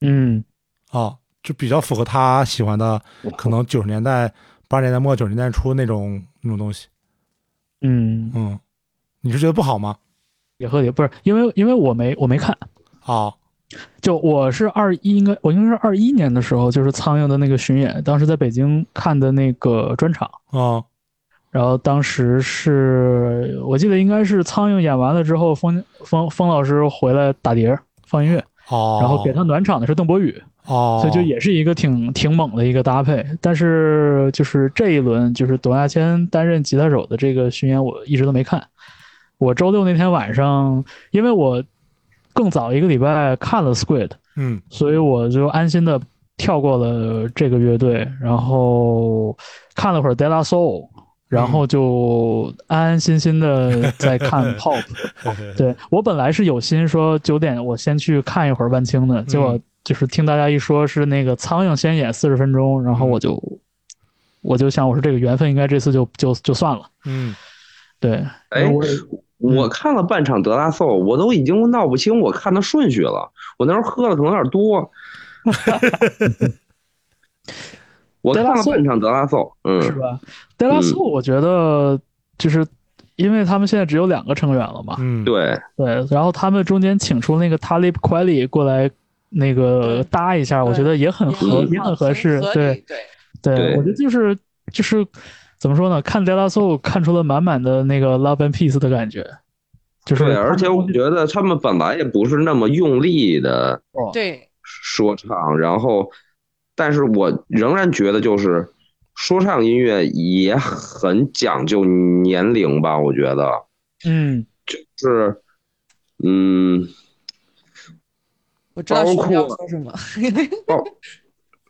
Speaker 5: 嗯，
Speaker 4: 啊，就比较符合他喜欢的，可能九十年代、八十年代末、九十年代初那种那种东西。
Speaker 5: 嗯，
Speaker 4: 嗯，你是觉得不好吗？
Speaker 5: 也合理，不是因为因为我没我没看，
Speaker 4: 啊，
Speaker 5: 就我是二一，应该我应该是二一年的时候，就是苍蝇的那个巡演，当时在北京看的那个专场，
Speaker 4: 嗯，
Speaker 5: 然后当时是我记得应该是苍蝇演完了之后，风风风老师回来打碟儿放音乐，
Speaker 4: 哦，
Speaker 5: 然后给他暖场的是邓博宇，
Speaker 4: 哦，
Speaker 5: 所以就也是一个挺挺猛的一个搭配。但是就是这一轮就是董亚千担任吉他手的这个巡演，我一直都没看。我周六那天晚上，因为我更早一个礼拜看了 Squid，
Speaker 4: 嗯
Speaker 5: 所以我就安心的跳过了这个乐队，然后看了会儿 De La Soul，然后就安安心心的在看 Pop。对我本来是有心说九点我先去看一会儿万青的，结果就是听大家一说是那个苍蝇先演四十分钟，然后我就我就想我说这个缘分应该这次就就就算了。
Speaker 4: 嗯，
Speaker 5: 对，
Speaker 1: 哎
Speaker 5: 我嗯
Speaker 1: 我看了半场德拉颂，我都已经闹不清我看的顺序了。我那时候喝的可能有点多。 我看了半场德拉颂，嗯，
Speaker 5: 是吧？德拉苏，我觉得就是因为他们现在只有两个成员了嘛，
Speaker 4: 嗯，
Speaker 1: 对，
Speaker 5: 对，然后他们中间请出那个 Talib Kweli 过来那个
Speaker 3: 对
Speaker 5: 搭一下，我觉得也很合，
Speaker 1: 嗯
Speaker 5: 也很合适。
Speaker 3: 对
Speaker 5: 对
Speaker 3: 对，
Speaker 5: 对，
Speaker 1: 对
Speaker 5: 我觉得就是就是怎么说呢？看 Dela Soul 看出了满满的那个 Love and Peace 的感觉，就是
Speaker 1: 对，而且我觉得他们本来也不是那么用力的
Speaker 3: 对，
Speaker 1: 说唱，然后，但是我仍然觉得就是说唱音乐也很讲究年龄吧，我觉得
Speaker 5: 嗯
Speaker 1: 是，嗯，
Speaker 3: 我知道
Speaker 1: 包
Speaker 3: 徐要
Speaker 1: 括
Speaker 3: 说什么。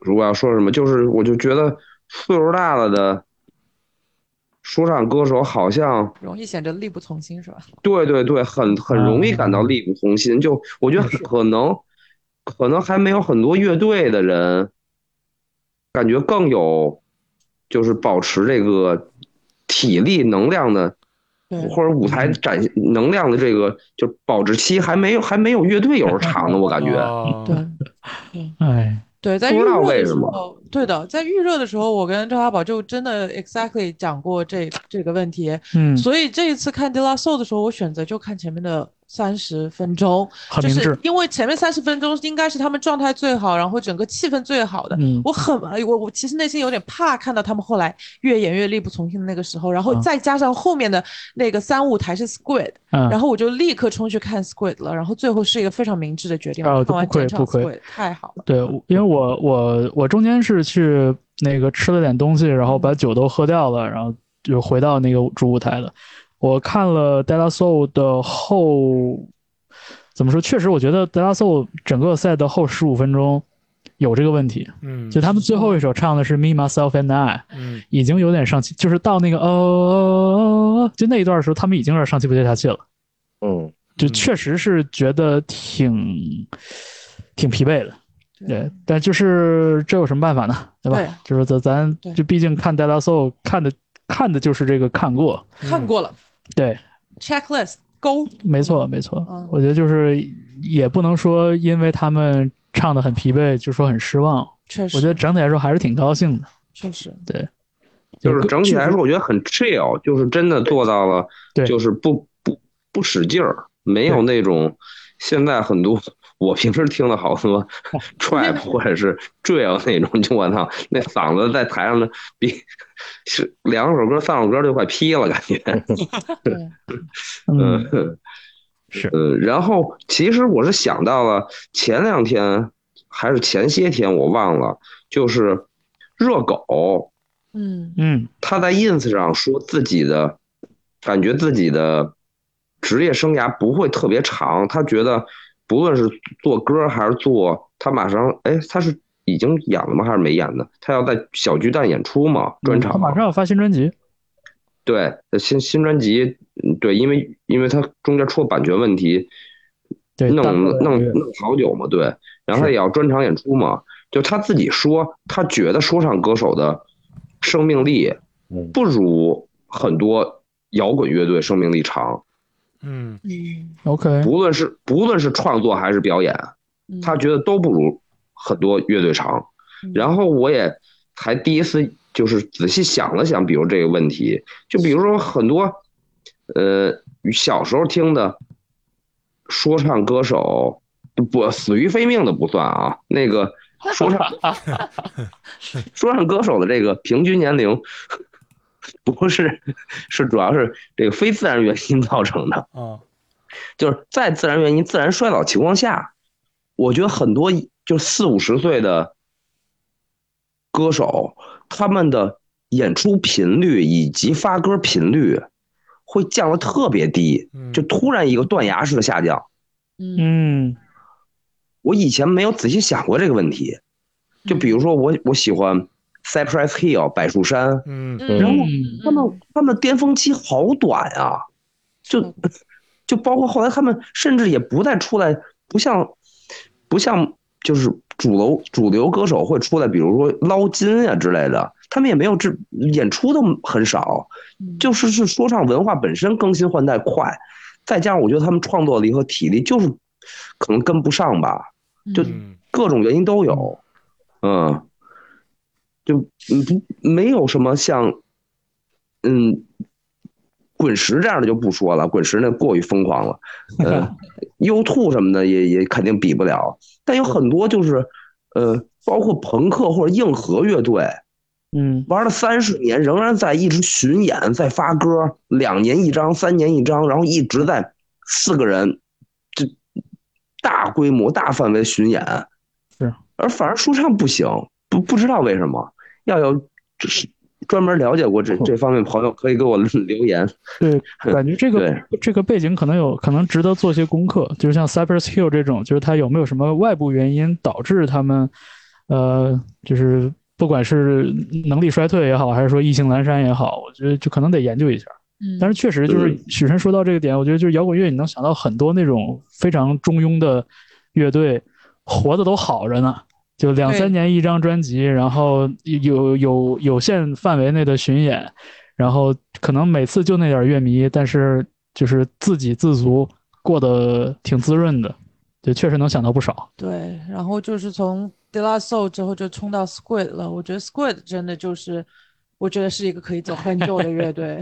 Speaker 1: 如果要说什么，就是我就觉得岁数大了的说唱歌手好像，
Speaker 3: 容易显得力不从心，是吧？
Speaker 1: 对对对，很很容易感到力不从心。就我觉得可能可能还没有很多乐队的人，感觉更有就是保持这个体力能量的，
Speaker 3: 对
Speaker 1: 或者舞台展现能量的这个就保质期还没有还没有乐队有时候长呢，我感觉。
Speaker 4: 哦
Speaker 3: 对
Speaker 5: 哎
Speaker 3: 对，在
Speaker 1: 不
Speaker 3: 预
Speaker 1: 知道
Speaker 3: 热
Speaker 1: 为
Speaker 3: 的
Speaker 1: 什
Speaker 3: 时
Speaker 1: 么
Speaker 3: 候，对的，在预热的时候，我跟赵大宝就真的 exactly 讲过这这个问题。
Speaker 5: 嗯，
Speaker 3: 所以这一次看《De La Soul》的时候，我选择就看前面的三十分钟，
Speaker 5: 很
Speaker 3: 就
Speaker 5: 明
Speaker 3: 是
Speaker 5: 智。
Speaker 3: 因为前面三十分钟应该是他们状态最好，然后整个气氛最好的。
Speaker 5: 嗯
Speaker 3: 我很哎我我其实内心有点怕看到他们后来越演越力不从心的那个时候，然后
Speaker 5: 嗯
Speaker 3: 再加上后面的那个三舞台是 Squid，
Speaker 5: 嗯
Speaker 3: 然，后我就立刻冲去看 Squid 了，然后最后是一个非常明智的决定，
Speaker 5: 啊
Speaker 3: 我看完
Speaker 5: 不愧
Speaker 3: 整场
Speaker 5: 不愧
Speaker 3: Squid 太好了。
Speaker 5: 对，我因为我我我中间是去那个吃了点东西，然后把酒都喝掉了，然后就回到那个主舞台了。我看了 Dela Soul 的后，怎么说？确实，我觉得 Dela Soul 整个赛的后十五分钟有这个问题，
Speaker 4: 嗯，
Speaker 5: 就他们最后一首唱的是 Me Myself and I，
Speaker 4: 嗯
Speaker 5: 已经有点上气，就是到那个哦哦哦哦，就那一段的时候，他们已经有点上气不接下气了，
Speaker 2: 嗯，
Speaker 5: 就
Speaker 4: 嗯
Speaker 5: 确实是觉得挺挺疲惫的。
Speaker 3: 对
Speaker 5: 对，但就是这有什么办法呢？对吧？
Speaker 3: 对
Speaker 5: 就是咱咱
Speaker 3: 对
Speaker 5: 就毕竟看《d e l a Soul》看的看的就是这个看过，
Speaker 3: 看过了
Speaker 5: 对，
Speaker 3: ，checklist go，
Speaker 5: 没错没错。
Speaker 3: 嗯
Speaker 5: 我觉得就是也不能说因为他们唱的很疲惫就说很失望，
Speaker 3: 确实，
Speaker 5: 我觉得整体来说还是挺高兴的。
Speaker 3: 确实，
Speaker 5: 对，
Speaker 1: 就是整体来
Speaker 5: 确实
Speaker 1: 说，我觉得很 chill，就是真的做到了，
Speaker 5: 对
Speaker 1: 就是不不不使劲儿，没有那种现在很多我平时听了好 多 trap 或者是 drill 那种，就我操，那嗓子在台上的比是两首歌三首歌就快劈了，感觉，
Speaker 3: 对，
Speaker 5: 嗯
Speaker 1: 嗯，
Speaker 5: 是
Speaker 1: 嗯，然后其实我是想到了前两天还是前些天我忘了，就是热狗。
Speaker 3: 嗯，
Speaker 5: 嗯
Speaker 1: 他在 ins 上说自己的感觉自己的职业生涯不会特别长，他觉得不论是做歌还是做，他马上哎，他是已经演了吗？还是没演呢？他要在小巨蛋演出嘛，专场
Speaker 5: 嗯他马上要发新专辑，
Speaker 1: 对，新新专辑，嗯对，因为因为他中间出了版权问题，
Speaker 5: 对，
Speaker 1: 弄
Speaker 5: 耽误了两
Speaker 1: 弄
Speaker 5: 个月
Speaker 1: 弄好久嘛，对，然后他也要专场演出嘛，就他自己说，他觉得说唱歌手的生命力
Speaker 2: 嗯
Speaker 1: 不如很多摇滚乐队生命力长，
Speaker 4: 嗯，
Speaker 3: 嗯，
Speaker 5: OK，
Speaker 1: 不论是不论是创作还是表演，
Speaker 3: 嗯
Speaker 1: 他觉得都不如很多乐队长。
Speaker 3: 嗯
Speaker 1: 然后我也还第一次就是仔细想了想，比如这个问题，就比如说很多，呃，小时候听的说唱歌手，不死于非命的不算啊，那 个说唱说唱歌手的这个平均年龄。 不是，是主要是这个非自然原因造成的。
Speaker 4: 啊，
Speaker 1: 就是在自然原因、自然衰老情况下，我觉得很多就四五十岁的歌手，他们的演出频率以及发歌频率会降得特别低，
Speaker 4: 嗯
Speaker 1: 就突然一个断崖式的下降。
Speaker 3: 嗯
Speaker 5: 嗯
Speaker 1: 我以前没有仔细想过这个问题。就比如说我我喜欢 Cypress Hill 柏树山，
Speaker 4: 嗯
Speaker 2: 然
Speaker 1: 后
Speaker 5: 嗯
Speaker 1: 他们他们巅峰期好短啊，就就包括后来他们甚至也不再出来，不像不像就是主流主流歌手会出来，比如说捞金呀、之类的，他们也没有这演出都很少，
Speaker 3: 嗯
Speaker 1: 就是是说唱文化本身更新换代快，再加上我觉得他们创作力和体力就是可能跟不上吧，就
Speaker 4: 嗯
Speaker 1: 各种原因都有，嗯，就嗯不没有什么像，嗯，滚石这样的就不说了，滚石那过于疯狂了，呃，U Two 什么的也也肯定比不了，但有很多就是，呃，包括朋克或者硬核乐队，
Speaker 5: 嗯
Speaker 1: 玩了三十年，仍然在一直巡演，在发歌，两年一张，三年一张，然后一直在四个人这大规模、大范围巡演。
Speaker 5: 是，
Speaker 1: 而反而说唱不行，不不知道为什么。要有这是专门了解过这这方面朋友，可以给我留言。
Speaker 5: 对，感觉这个
Speaker 1: 对
Speaker 5: 这个背景可能有可能值得做些功课，就是像 Cypress Hill 这种，就是它有没有什么外部原因导致他们，呃，就是不管是能力衰退也好，还是说意兴阑珊也好，我觉得就可能得研究一下。
Speaker 3: 嗯
Speaker 5: 但是确实就是
Speaker 1: 嗯
Speaker 5: 许晨说到这个点，我觉得就是摇滚乐，你能想到很多那种非常中庸的乐队，活的都好着呢，就两
Speaker 3: 对
Speaker 5: 三年一张专辑，然后有有有限范围内的巡演，然后可能每次就那点乐迷，但是就是自给自足，过得挺滋润的，对，确实能想到不少。
Speaker 3: 对，然后就是从 De La Soul 之后就冲到 Squid 了。我觉得 Squid 真的就是，我觉得是一个可以走很久的乐队。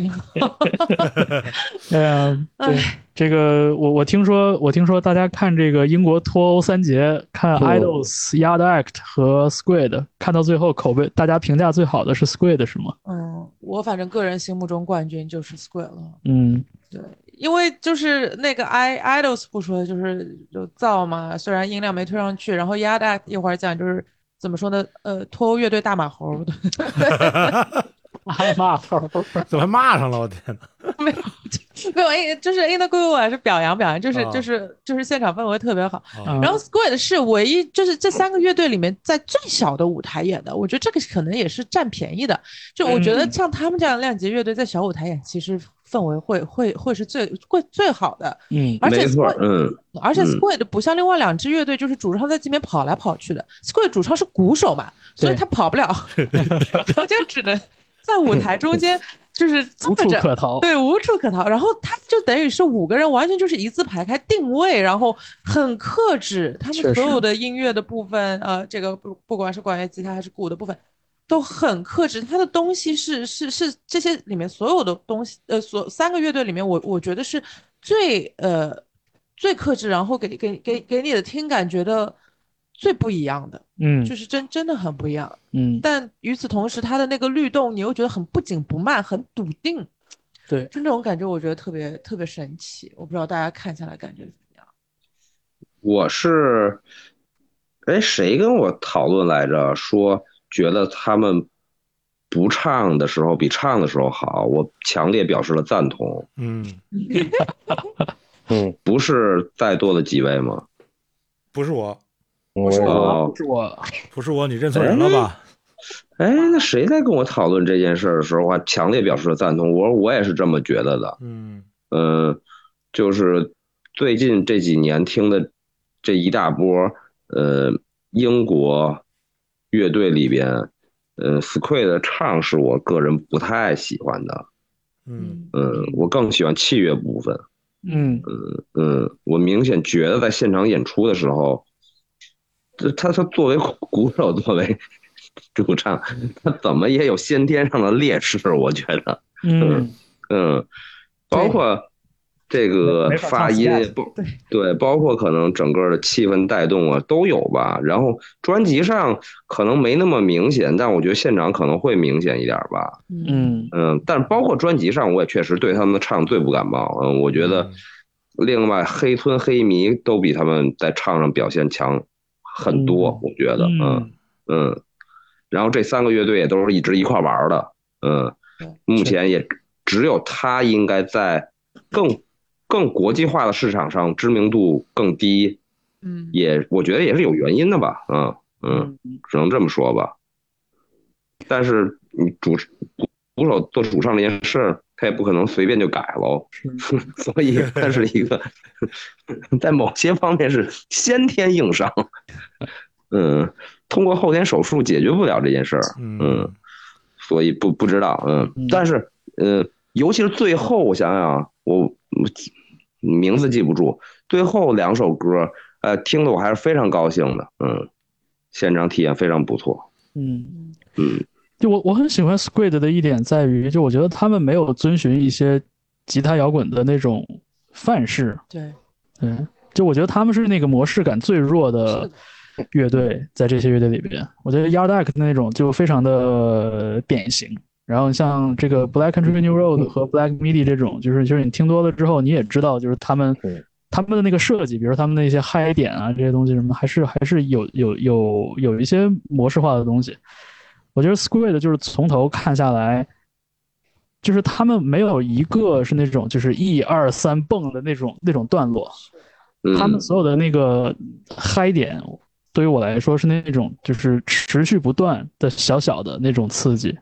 Speaker 5: 哎呀，对这个我我听说，我听说大家看这个英国脱欧三杰，看
Speaker 2: 嗯
Speaker 5: Idols、Yard Act 和 Squid，看到最后口碑，大家评价最好的是 Squid 是吗？
Speaker 3: 嗯，我反正个人心目中冠军就是 Squid 了。
Speaker 5: 嗯
Speaker 3: 对，因为就是那个 i idols 不说，就是有造嘛，虽然音量没推上去，然后 Yard Act 一会儿讲就是怎么说呢？呃，脱欧乐队大马猴，
Speaker 5: 哎妈，
Speaker 4: 怎么还骂上了？我天哪！
Speaker 3: 没有，因就是 In the Groove 还是表扬表扬，就是
Speaker 4: 啊
Speaker 3: 就是就是现场氛围特别好。
Speaker 4: 哦
Speaker 5: 嗯
Speaker 3: 然后 Squid 是唯一，就是这三个乐队里面在最小的舞台演的，我觉得这个可能也是占便宜的。就我觉得
Speaker 5: 嗯
Speaker 3: 像他们这样的量级乐队在小舞台演，其实氛围会会会是最会最好的。
Speaker 5: 嗯
Speaker 3: 而
Speaker 1: 没
Speaker 3: 且
Speaker 1: 错
Speaker 3: Squid，
Speaker 1: 嗯，
Speaker 3: 而且
Speaker 1: 嗯
Speaker 3: Squid 不像另外两支乐队，就是主唱在这边跑来跑去的。Squid 主唱是鼓手嘛，所以
Speaker 5: 对
Speaker 3: 他跑不了， 他就只能在舞台中间就是坐
Speaker 5: 无处
Speaker 3: 着。
Speaker 5: 可逃。
Speaker 3: 对，无处可逃。然后他就等于是五个人，完全就是一字排开定位，然后很克制，他
Speaker 5: 嗯确
Speaker 3: 们所
Speaker 5: 实
Speaker 3: 有的音乐的部分，呃，这个不不管是管乐、吉他还是鼓的部分，都很克制。他的东西是是是这些里面所有的东西，呃，所三个乐队里面我，我觉得是最呃最克制，然后给给给给你的听感觉得最不一样的，
Speaker 5: 嗯
Speaker 3: 就是真真的很不一样。
Speaker 5: 嗯，
Speaker 3: 但与此同时，他的那个律动，你又觉得很不紧不慢，很笃定。
Speaker 5: 对，
Speaker 3: 就那种感觉，我觉得特别特别神奇。我不知道大家看下来感觉怎么样。
Speaker 1: 我是，哎，谁跟我讨论来着？说觉得他们不唱的时候比唱的时候好，我强烈表示了赞同。
Speaker 4: 嗯，
Speaker 2: 嗯
Speaker 1: 不是在座的几位吗？
Speaker 4: 不是我，
Speaker 5: 不是
Speaker 1: 哦
Speaker 5: 我，不是我，
Speaker 4: 不是我，你认错
Speaker 1: 嗯
Speaker 4: 人了吧？
Speaker 1: 哎，那谁在跟我讨论这件事儿的时候，我还强烈表示赞同。我说我也是这么觉得的。
Speaker 4: 嗯
Speaker 1: 嗯，就是最近这几年听的这一大波，呃，英国乐队里边，嗯 s q u a d 的唱是我个人不太喜欢的。
Speaker 4: 嗯，
Speaker 1: 嗯，我更喜欢器乐部分。
Speaker 5: 嗯，
Speaker 1: 嗯，我明显觉得在现场演出的时候，这他他作为鼓手，作为 主唱，他怎么也有先天上的劣势，我觉得，
Speaker 5: 嗯，
Speaker 1: 嗯，包括这个
Speaker 5: 没法唱
Speaker 1: 发音
Speaker 5: scat，
Speaker 1: 包对，包括可能整个的气氛带动啊都有吧。然后专辑上可能没那么明显，但我觉得现场可能会明显一点吧。
Speaker 5: 嗯，
Speaker 1: 嗯，但包括专辑上，我也确实对他们的唱最不感冒。嗯，我觉得。另外，黑村黑迷都比他们在唱上表现强很多，
Speaker 5: 嗯
Speaker 1: 我觉得，嗯嗯。然后这三个乐队也都是一直一块玩儿的，嗯
Speaker 3: 对。
Speaker 1: 目前也只有他应该在更更国际化的市场上知名度更低，
Speaker 3: 嗯，
Speaker 1: 也我觉得也是有原因的吧，嗯嗯，
Speaker 5: 嗯，
Speaker 1: 只能这么说吧。但是你主鼓鼓手做主唱这件事儿，他也不可能随便就改喽。
Speaker 5: 是
Speaker 1: 所以它是一个 在某些方面是先天硬伤，嗯，通过后天手术解决不了这件事儿，嗯
Speaker 4: 嗯，
Speaker 1: 所以不不知道，嗯
Speaker 5: 嗯，
Speaker 1: 但是，嗯，尤其是最后，我想想啊，我我记名字记不住，最后两首歌，呃，听的我还是非常高兴的，嗯，现场体验非常不错，
Speaker 5: 嗯，
Speaker 1: 嗯
Speaker 5: 就我我很喜欢 Squid 的一点在于，就我觉得他们没有遵循一些吉他摇滚的那种范式，
Speaker 3: 对，
Speaker 5: 嗯，就我觉得他们是那个模式感最弱
Speaker 3: 是
Speaker 5: 的
Speaker 3: 的
Speaker 5: 乐队，在这些乐队里边，我觉得 Yard Act 那种就非常的呃典型。然后像这个 Black Country New Road 和 Black MIDI 这种，就是就是你听多了之后，你也知道，就是他们
Speaker 2: 对
Speaker 5: 他们的那个设计，比如他们的一些嗨点啊这些东西什么，还是还是有有有有一些模式化的东西。我觉得 Squid 就是从头看下来，就是他们没有一个是那种就是一二三蹦的那种那种段落，
Speaker 1: 嗯，
Speaker 5: 他们所有的那个嗨点，对于我来说是那种就是持续不断的小小的那种刺激，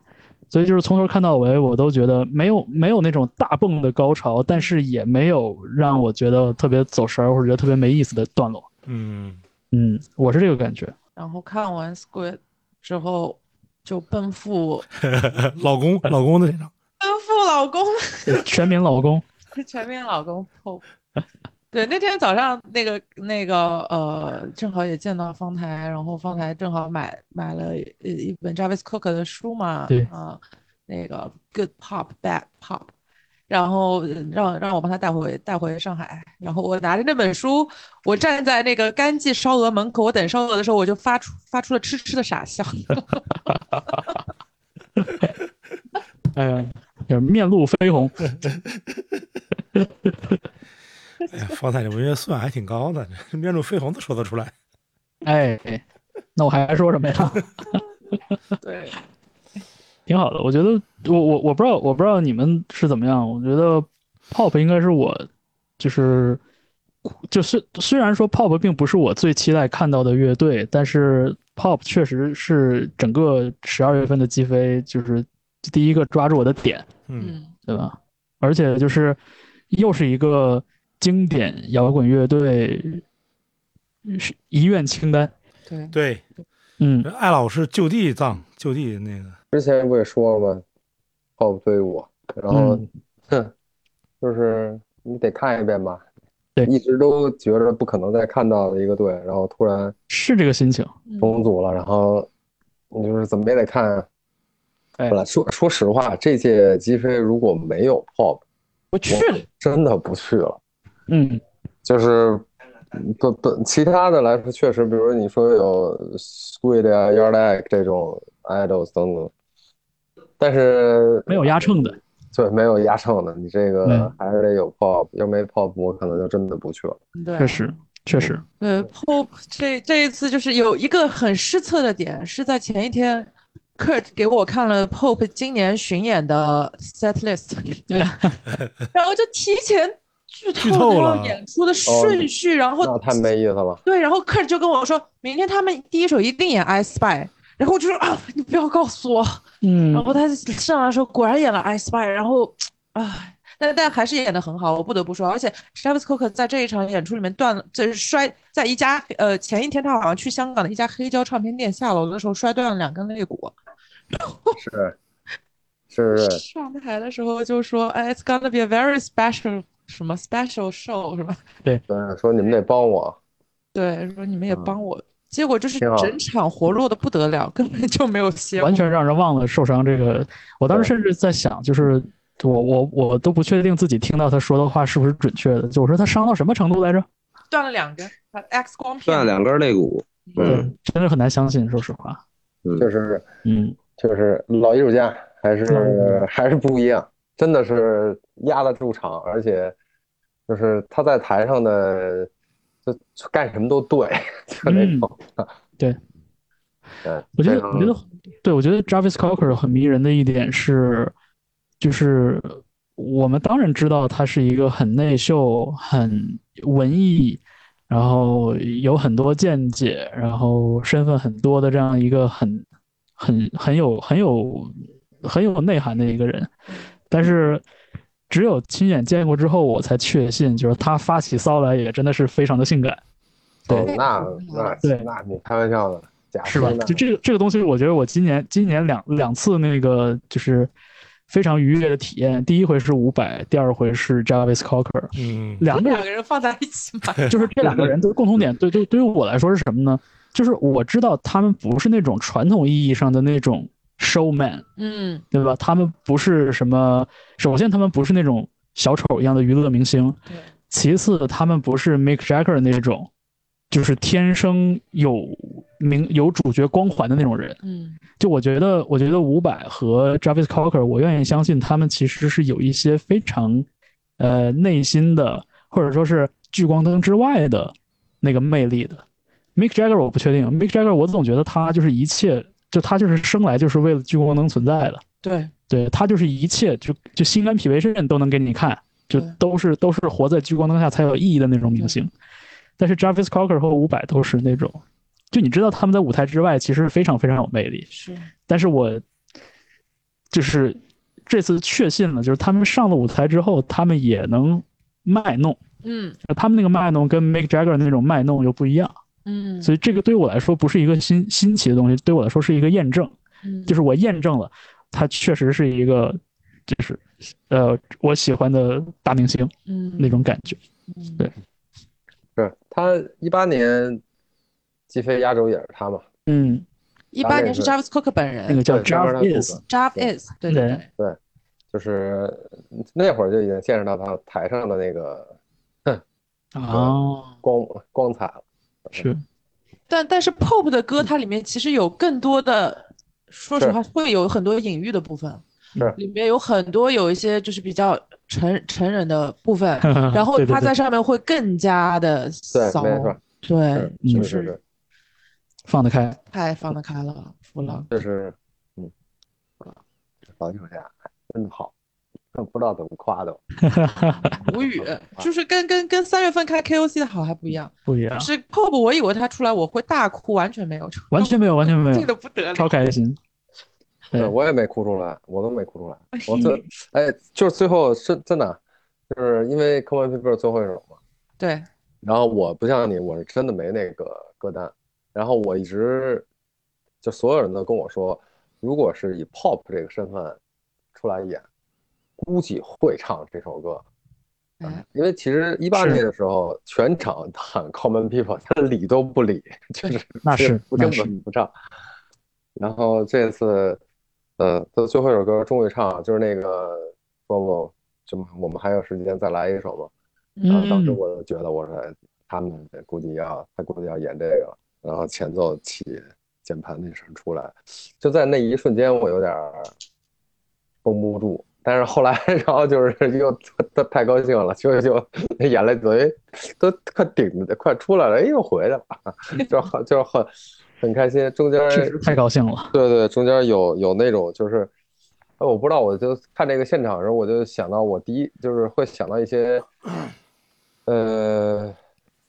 Speaker 5: 所以就是从头看到尾，我都觉得没有没有那种大蹦的高潮，但是也没有让我觉得特别走神儿或者觉得特别没意思的段落。
Speaker 4: 嗯
Speaker 5: 嗯，我是这个感觉。
Speaker 3: 然后看完 Squid 之后就奔赴
Speaker 4: 嗯，老公老公的现场，
Speaker 3: 奔赴老公
Speaker 5: 全民老公，
Speaker 3: 全民老公 Pope。对，那天早上那个那个呃，正好也见到方台，然后方台正好买买了一一本 Travis Cook 的书嘛，
Speaker 5: 对
Speaker 3: 啊、那个 Good Pop Bad Pop，然后让让我帮他带回带回上海，然后我拿着那本书，我站在那个干记烧鹅门口，我等烧鹅的时候，我就发出发出了痴痴的傻笑，
Speaker 5: 哎呀，就是面露绯红。
Speaker 4: 哎呀，方太这文学素养还挺高的， 这面露绯红都说得出来。
Speaker 5: 哎，那我还说什么呀？
Speaker 3: 对，
Speaker 5: 挺好的，我觉得我我我不知道我不知道你们是怎么样，我觉得 pop 应该是我就是就是虽然说 pop 并不是我最期待看到的乐队，但是 pop 确实是整个十二月份的击飞就是第一个抓住我的点，
Speaker 4: 嗯
Speaker 3: 嗯，
Speaker 5: 对吧？而且就是又是一个经典摇滚乐队是遗愿清单，
Speaker 3: 对，
Speaker 4: 对，
Speaker 5: 嗯
Speaker 4: 艾老师就地葬，就地那个，
Speaker 2: 之前不也说了吗？Pop 对于我，然后
Speaker 5: 嗯
Speaker 2: 就是你得看一遍吧，
Speaker 5: 对
Speaker 2: 一直都觉着不可能再看到的一个队，然后突然
Speaker 5: 是这个心情，
Speaker 2: 重组了，然后你就是怎么也得看。啊
Speaker 5: 哎
Speaker 2: 本来说说实话，这届击飞如果没有 Pop，
Speaker 3: 我去了，
Speaker 2: 真的不去了。
Speaker 5: 嗯
Speaker 2: 就是不不，其他的来说，确实，比如你说有 Squid 啊、Yard Act 这种 idols 等等，但是
Speaker 5: 没有嗯压秤的，
Speaker 2: 对没有压秤的，你这个
Speaker 5: 对
Speaker 2: 还是得有 pop，要没 pop，我可能就真的不去了。
Speaker 3: 对，
Speaker 5: 确实确实，
Speaker 3: 对，Pope
Speaker 4: 嗯
Speaker 3: 这这一次就是有一个很失策的点，是在前一天，Kurt 给我看了 Pope 今年巡演的 set list，然后就提前剧
Speaker 4: 剧透
Speaker 3: 透然
Speaker 4: 了
Speaker 3: 后演出的顺序，然
Speaker 2: 哦那
Speaker 3: 后
Speaker 2: 太没意思了。
Speaker 3: 对，然后克尔就跟我说，明天他们第一首一定演《I Spy》，然后我就说啊，你不要告诉我。然
Speaker 5: 嗯，
Speaker 3: 后他上来的时候果然演了《I Spy》，然后啊。但但还是演得很好，我不得不说。而且 Travis Cook 在这一场演出里面断了，就是摔在一家呃前一天他好像去香港的一家黑胶唱片店下楼的时候摔断了两根肋骨。
Speaker 2: 是是是，
Speaker 3: 上台的时候就说，哎，It's gonna be a very special 什么 special show 什么，
Speaker 2: 对，说你们得帮我，
Speaker 3: 对，说你们也帮我。结果就是
Speaker 2: 挺好
Speaker 3: 整场活络的不得了，根本就没有歇。
Speaker 5: 完全让人忘了受伤这个。我当时甚至在想，就是我我我都不确定自己听到他说的话是不是准确的。就我说他伤到什么程度来着？
Speaker 3: 断了两根把，X 光片
Speaker 1: 断了两根肋骨，嗯，
Speaker 5: 真的很难相信，说实话。
Speaker 2: 就是
Speaker 5: 嗯，
Speaker 2: 就是老艺术家还是
Speaker 5: 嗯
Speaker 2: 还是不一样，真的是压得住场，而且就是他在台上的就就干什么都对，就那种。
Speaker 5: 嗯对
Speaker 2: 对，嗯
Speaker 5: 我觉得
Speaker 2: 非，常
Speaker 5: 我觉得，对我觉得 Jarvis Cocker 很迷人的一点是，就是我们当然知道他是一个很内秀、很文艺，然后有很多见解，然后身份很多的这样一个很、很、很有、很有、很有内涵的一个人。但是只有亲眼见过之后，我才确信，就是他发起骚来也真的是非常的性感。对
Speaker 2: 哦，那
Speaker 5: 对
Speaker 2: 那那你开玩笑呢？假
Speaker 5: 是吧
Speaker 2: 的？
Speaker 5: 就这个这个东西，我觉得我今年今年两两次那个就是非常愉悦的体验。第一回是伍佰，第二回是 Jarvis Cocker，
Speaker 4: 嗯，
Speaker 5: 两个
Speaker 3: 两
Speaker 5: 人
Speaker 3: 个人放在一起 买。
Speaker 5: 就是这两个人的共同点，对对，对于我来说是什么呢？就是我知道他们不是那种传统意义上的那种 showman，
Speaker 3: 嗯，
Speaker 5: 对吧？他们不是什么，首先他们不是那种小丑一样的娱乐明星，
Speaker 3: 对，
Speaker 5: 其次，他们不是 Mick Jagger 那种，就是天生有名有主角光环的那种人。
Speaker 3: 嗯，
Speaker 5: 就我觉得，我觉得伍佰和 Jarvis Cocker，我愿意相信他们其实是有一些非常，呃，内心的或者说是聚光灯之外的那个魅力的。Mick Jagger 我不确定，Mick Jagger 我总觉得他就是一切，就他就是生来就是为了聚光灯存在的。
Speaker 3: 对，
Speaker 5: 对他就是一切就就心肝脾胃肾都能给你看，就
Speaker 3: 对
Speaker 5: 都是都是活在聚光灯下才有意义的那种明星。但是 Jarvis Cocker 和伍佰都是那种，就你知道他们在舞台之外其实非常非常有魅力。
Speaker 3: 是，
Speaker 5: 但是我就是这次确信了，就是他们上了舞台之后，他们也能卖弄，
Speaker 3: 嗯
Speaker 5: 他们那个卖弄跟 Mick Jagger 那种卖弄又不一样。
Speaker 3: 嗯，
Speaker 5: 所以这个对我来说不是一个新新奇的东西，对我来说是一个验证。
Speaker 3: 以
Speaker 5: 就是我验证了，他确实是一个，就是，呃，我喜欢的大明星
Speaker 3: 嗯
Speaker 5: 那种感觉。
Speaker 3: 嗯
Speaker 5: 对
Speaker 2: 是他一八年击飞压轴也是他嘛？
Speaker 5: 嗯，
Speaker 3: 一八年是
Speaker 2: 大
Speaker 3: Jarvis Cook 本人
Speaker 5: 那个叫
Speaker 2: 对专门的
Speaker 5: Jarvis，
Speaker 3: ，Jarvis，对对对，
Speaker 2: 就是那会儿就已经见识到他台上的那个
Speaker 5: 哦，
Speaker 2: 光光彩了。
Speaker 5: 是，
Speaker 3: 但但是 Pop 的歌它里面其实有更多的，说实话会有很多隐喻的部分，
Speaker 2: 是
Speaker 3: 里面有很多有一些就是比较成成人的部分，然后
Speaker 5: 对对
Speaker 3: 他
Speaker 5: 对
Speaker 3: 在上面会更加的
Speaker 2: 对，
Speaker 3: 骚，
Speaker 2: 没错，
Speaker 3: 对，
Speaker 5: 嗯
Speaker 2: 是
Speaker 3: 就是是
Speaker 2: 是，
Speaker 5: 放得开，
Speaker 3: 太放得开了，服了。
Speaker 2: 这是嗯，老艺术家真好，不知道怎么夸的。
Speaker 3: 无语
Speaker 2: 好吧，
Speaker 3: 就是跟跟跟三月份看 KOC 的好还不一样，
Speaker 5: 不一样
Speaker 3: 就，是 Pop，我以为他出来我会大哭，完全没有，
Speaker 5: 完全没有，完全没
Speaker 3: 这
Speaker 5: 有，
Speaker 3: 个不得
Speaker 5: 超
Speaker 3: 了。
Speaker 5: 开心。对
Speaker 2: 对，我也没哭出来，我都没哭出来。我最哎，就是最后是真的，啊就是因为《Come On People》最后一首嘛。
Speaker 3: 对，
Speaker 2: 然后我不像你，我是真的没那个歌单。然后我一直就所有人都跟我说，如果是以 pop 这个身份出来演，估计会唱这首歌。
Speaker 3: 哎，
Speaker 2: 因为其实一八
Speaker 5: 嗯是
Speaker 2: 年的时候，全场喊 Common People，他理都不理，就是
Speaker 5: 那是
Speaker 2: 不
Speaker 5: 那
Speaker 2: 根
Speaker 5: 是
Speaker 2: 本不唱。然后这次，呃，他最后一首歌终于唱，就是那个说我就我们还有时间再来一首嘛。然后当时
Speaker 5: 嗯
Speaker 2: 我就觉得，我说哎他们估计要他估计要演这个了，然后前奏起键盘那声出来，就在那一瞬间我有点儿绷不住，但是后来 然后就是又太太高兴了，就就那眼泪都哎都快顶着快出来了，哎又回来了， 就很就是很很开心。中间
Speaker 5: 确实太高兴了。
Speaker 2: 对对，中间有有那种就是，呃哎，我不知道，我就看这个现场的时候，我就想到我第一就是会想到一些呃，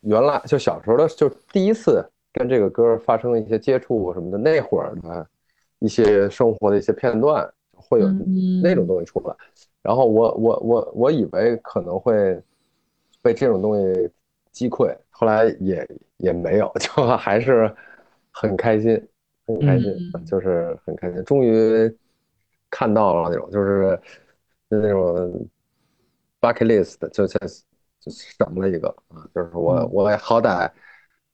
Speaker 2: 原来就小时候的，就第一次跟这个歌发生一些接触什么的，那会儿的一些生活的一些片段，会有
Speaker 3: 嗯
Speaker 2: 那种东西出来。然后我我我我以为可能会被这种东西击溃，后来也也没有， 就还是很开心，很开心，
Speaker 3: 嗯
Speaker 2: 就是很开心，终于看到了那种就是就那种 bucket list，就就就省了一个啊，就是我
Speaker 3: 嗯
Speaker 2: 我好歹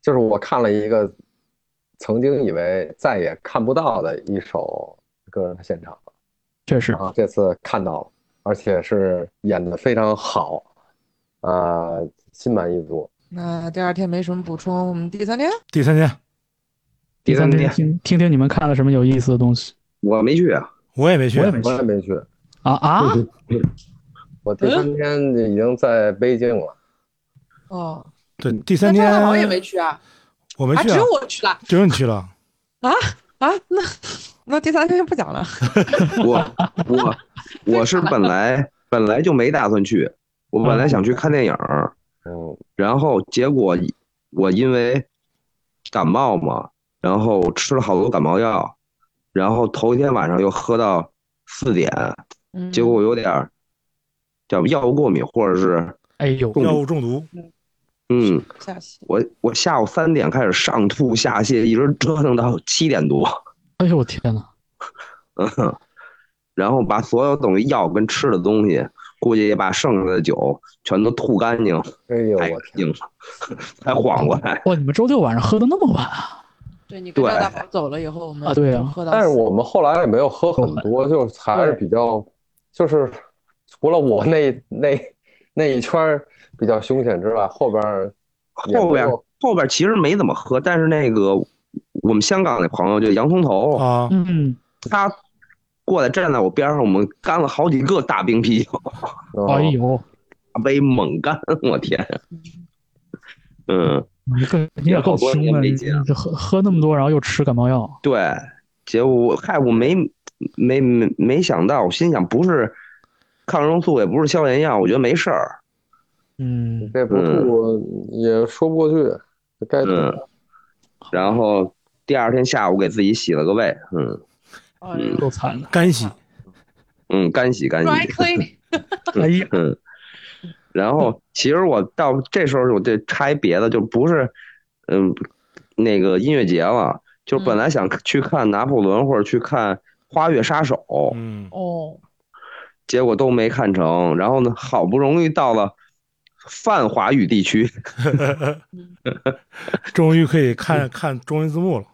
Speaker 2: 就是我看了一个曾经以为再也看不到的一首个人的现场。
Speaker 5: 确实
Speaker 2: 然，后这次看到了，而且是演的非常好，啊、心满意足。
Speaker 3: 那第二天没什么补充，我们第三天
Speaker 4: 第三天
Speaker 1: 第三
Speaker 5: 天
Speaker 1: 天
Speaker 5: 听听听你们看了什么有意思的东西
Speaker 1: 我没去啊，
Speaker 4: 我也没去，
Speaker 5: 我也没去
Speaker 2: 我也没去，
Speaker 5: 啊啊！
Speaker 2: 我第三天已经在北京了。
Speaker 3: 哦，
Speaker 4: 对，第
Speaker 3: 那
Speaker 4: 三
Speaker 3: 张
Speaker 4: 天
Speaker 3: 大宝也没去啊，
Speaker 4: 我没
Speaker 3: 啊，
Speaker 4: 去、
Speaker 3: 只有我去了
Speaker 4: 只有你去了。
Speaker 3: 啊，那那第三天就不讲了，
Speaker 1: 我 我我是本来本来就没打算去，我本来想去看电影儿，
Speaker 2: 嗯，
Speaker 1: 然后结果我因为感冒嘛，然后吃了好多感冒药，然后头一天晚上又喝到四点，
Speaker 3: 嗯
Speaker 1: 结果我有点儿叫药物过敏，或者是
Speaker 5: 哎呦，
Speaker 4: 药物中毒，
Speaker 1: 嗯，
Speaker 3: 下期
Speaker 1: 我我下午三点开始上吐下泻，一直折腾到七点多，
Speaker 5: 哎呦我天哪！
Speaker 1: 嗯，然后把所有等于药跟吃的东西，估计也把剩下的酒全都吐干净，
Speaker 2: 哎呦，
Speaker 1: 才
Speaker 2: 我天，
Speaker 1: 硬了， 才缓过来。
Speaker 5: 哇，你们周六晚上喝的那么晚啊？
Speaker 3: 对你跟
Speaker 1: 对
Speaker 3: 张大宝走了以后，我们
Speaker 5: 啊对啊
Speaker 3: 就喝到
Speaker 2: 但是我们后来也没有喝很多，就还是比较，就是除了我那那那一圈儿比较凶险之外，后边儿也
Speaker 1: 后
Speaker 2: 没
Speaker 1: 边
Speaker 2: 有
Speaker 1: 后边其实没怎么喝，但是那个我们香港那朋友就洋葱头，
Speaker 4: 啊，
Speaker 5: 嗯，
Speaker 1: 他过来站在我边上，我们干了好几个大冰啤酒，
Speaker 2: 嗯
Speaker 5: 哎呦，
Speaker 1: 大杯猛干，我 天！嗯，
Speaker 5: 你更你也够凶的，你这喝喝那么多，然后又吃感冒药，
Speaker 1: 对，结果我嗨，我没没没没想到，我心想不是抗生素，也不是消炎药，我觉得没事儿。
Speaker 5: 嗯，
Speaker 2: 这不吐也说不过去，该吐
Speaker 1: 嗯，然后第二天下午给自己洗了个胃，嗯
Speaker 3: 哎呦
Speaker 5: 够惨的。
Speaker 4: 干洗
Speaker 1: 嗯，干洗干洗。
Speaker 3: dry clean，
Speaker 5: 哎呀，
Speaker 1: 嗯，然后其实我到这时候我得拆别的，就不是嗯那个音乐节了，就本来想去看拿破仑或者去看花月杀手，
Speaker 4: 嗯，
Speaker 3: 哦，
Speaker 1: 结果都没看成。然后呢，好不容易到了泛华语地区，
Speaker 4: 终于可以看看中文字幕了。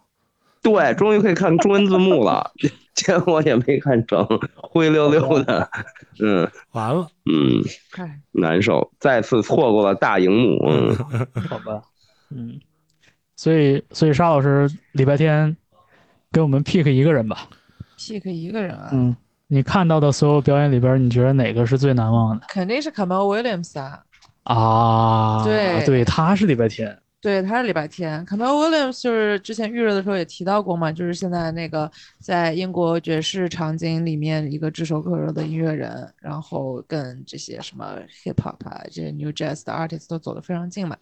Speaker 1: 对，终于可以看中文字幕了，结结果也没看成，灰溜溜的，嗯
Speaker 4: 完了，
Speaker 1: 嗯，
Speaker 3: 看
Speaker 1: 难受，再次错过了大荧幕，嗯。
Speaker 5: 好吧，嗯，所以所以沙老师礼拜天给我们 pick 一个人吧，
Speaker 3: pick 一个人啊，
Speaker 5: 嗯，你看到的所有表演里边，你觉得哪个是最难忘的
Speaker 3: 肯定是 Kamal Williams 啊，
Speaker 5: 啊？
Speaker 3: 对
Speaker 5: 对，他是礼拜天，
Speaker 3: 对，他是礼拜天。Kamal Williams 就是之前预热的时候也提到过嘛，就是现在那个在英国爵士场景里面一个炙手可热的音乐人，然后跟这些什么 hip hop 啊，这些 new jazz 的 artist 都走得非常近嘛。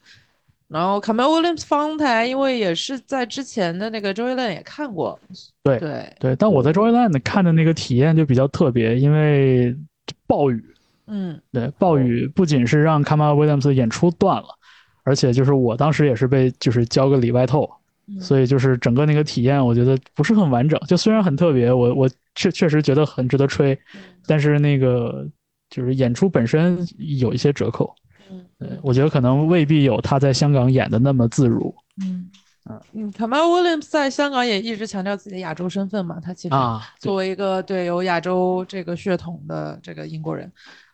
Speaker 3: 然后 Kamal Williams 方台，因为也是在之前的那个 Joey Lane 也看过，
Speaker 5: 对
Speaker 3: 对，
Speaker 5: 对，但我在 Joyland 看的那个体验就比较特别，因为暴雨，
Speaker 3: 嗯
Speaker 5: 对，暴雨不仅是让 Kamal Williams 的演出断了，而且就是我当时也是被就是浇个里外透，
Speaker 3: 嗯，
Speaker 5: 所以就是整个那个体验，我觉得不是很完整。就虽然很特别，我我确确实觉得很值得吹，但是那个就是演出本身有一些折扣。
Speaker 3: 嗯
Speaker 5: 对，我觉得可能未必有他在香港演的那么自如
Speaker 3: 嗯嗯，Kamal Williams 在香港也一直强调自己的亚洲身份嘛，他其实
Speaker 5: 啊。
Speaker 3: 作为一个对有亚洲这个血统的这个英国人，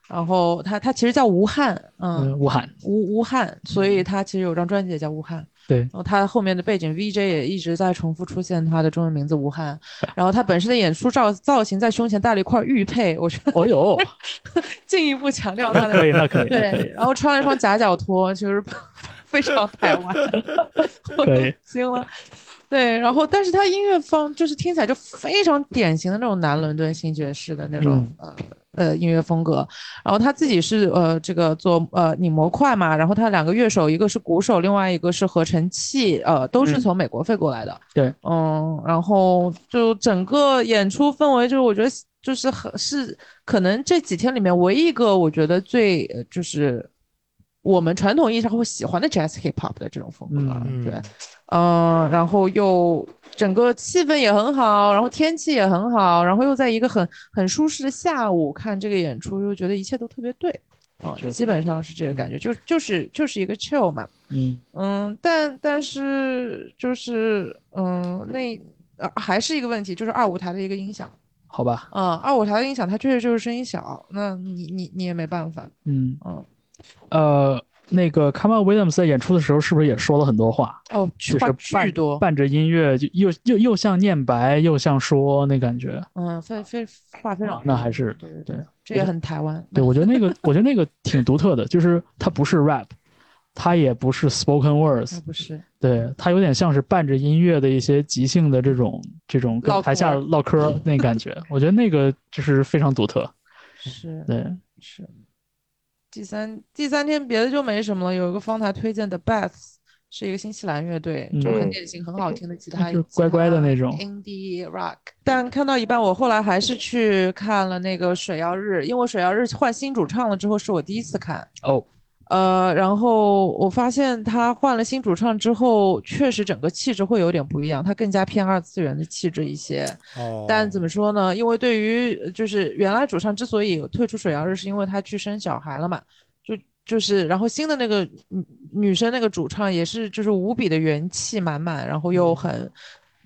Speaker 3: 然后他他其实叫吴汉，嗯，
Speaker 5: 嗯，武汉，
Speaker 3: 吴吴汉，所以他其实有张专辑也叫吴汉。
Speaker 5: 对
Speaker 3: 然后他后面的背景 VJ 也一直在重复出现他的中文名字吴汉，然后他本身的演出造造型在胸前戴了一块玉佩，我觉得
Speaker 5: 哦呦，
Speaker 3: 进一步强调他
Speaker 5: 那可
Speaker 3: 的
Speaker 5: 以，那可以，那可
Speaker 3: 对
Speaker 5: 以，，
Speaker 3: 然后穿了一双夹脚拖，就是 非常台湾，我
Speaker 5: 可以
Speaker 3: 行了。对，然后但是
Speaker 5: 嗯
Speaker 3: 他音乐方就是听起来就非常典型的那种南伦敦新爵士的那种、呃呃音乐风格。然后他自己是呃这个做呃拟模块嘛，然后他两个乐手，一个是鼓手，另外一个是合成器，呃，都是从美国飞过来的。
Speaker 5: 对，
Speaker 3: 嗯，然后就整个演出氛围，就是我觉得就是很是可能这几天里面唯一一个我觉得最呃就是我们传统意义上会喜欢的 jazz hip hop 的这种风格了，
Speaker 4: 嗯
Speaker 3: 对，嗯，然后又整个气氛也很好，然后天气也很好，然后又在一个很很舒适的下午看这个演出，就觉得一切都特别对，啊、
Speaker 5: 是的
Speaker 3: 基本上是这个感觉，就就是就是一个 chill 嘛，
Speaker 5: 嗯，
Speaker 3: 嗯，但但是就是嗯，那呃还是一个问题，就是二舞台的一个音响，
Speaker 5: 好吧，
Speaker 3: 嗯，二舞台的音响它确实就是声音小，那你你你也没办法，
Speaker 5: 嗯
Speaker 3: 嗯，
Speaker 5: 呃，那个 Kamal Williams 在演出的时候是不是也说了很多话？
Speaker 3: 哦，
Speaker 5: 就
Speaker 3: 话
Speaker 5: 是
Speaker 3: 巨
Speaker 5: 伴
Speaker 3: 多，
Speaker 5: 伴着音乐，就又又又像念白，又像说那感觉。
Speaker 3: 嗯，非非话非常
Speaker 5: 那
Speaker 3: 多
Speaker 5: 还是
Speaker 3: 对对
Speaker 5: 对
Speaker 3: 对，这也很台湾，
Speaker 5: 对，我觉得那个， 我觉得那个挺独特的，就是它不是 rap，它也不是 spoken
Speaker 3: 那
Speaker 5: words，
Speaker 3: 不是。
Speaker 5: 对，它有点像是伴着音乐的一些即兴的这种这种
Speaker 3: 唠
Speaker 5: 跟台下
Speaker 3: 嗑儿
Speaker 5: 唠嗑儿那 感觉，我觉得那个就是非常独特。
Speaker 3: 是
Speaker 5: 对，
Speaker 3: 是，第三第三天别的就没什么了。有一个方台推荐的 Baths，是一个新西兰乐队，就很
Speaker 2: 嗯
Speaker 3: 典型、很好听的吉他，
Speaker 5: 就是乖乖的那种
Speaker 3: indie rock。但看到一半，我后来还是去看了那个水曜日，因为水曜日换新主唱了之后，是我第一次看。
Speaker 5: 哦，
Speaker 3: 呃，然后我发现他换了新主唱之后，确实整个气质会有点不一样，他更加偏二次元的气质一些。
Speaker 4: 哦，
Speaker 3: 但怎么说呢？因为对于呃就是原来主唱之所以退出水曜日，是因为他去生小孩了嘛，就就是然后新的那个女女生那个主唱也是就是无比的元气满满，然后又很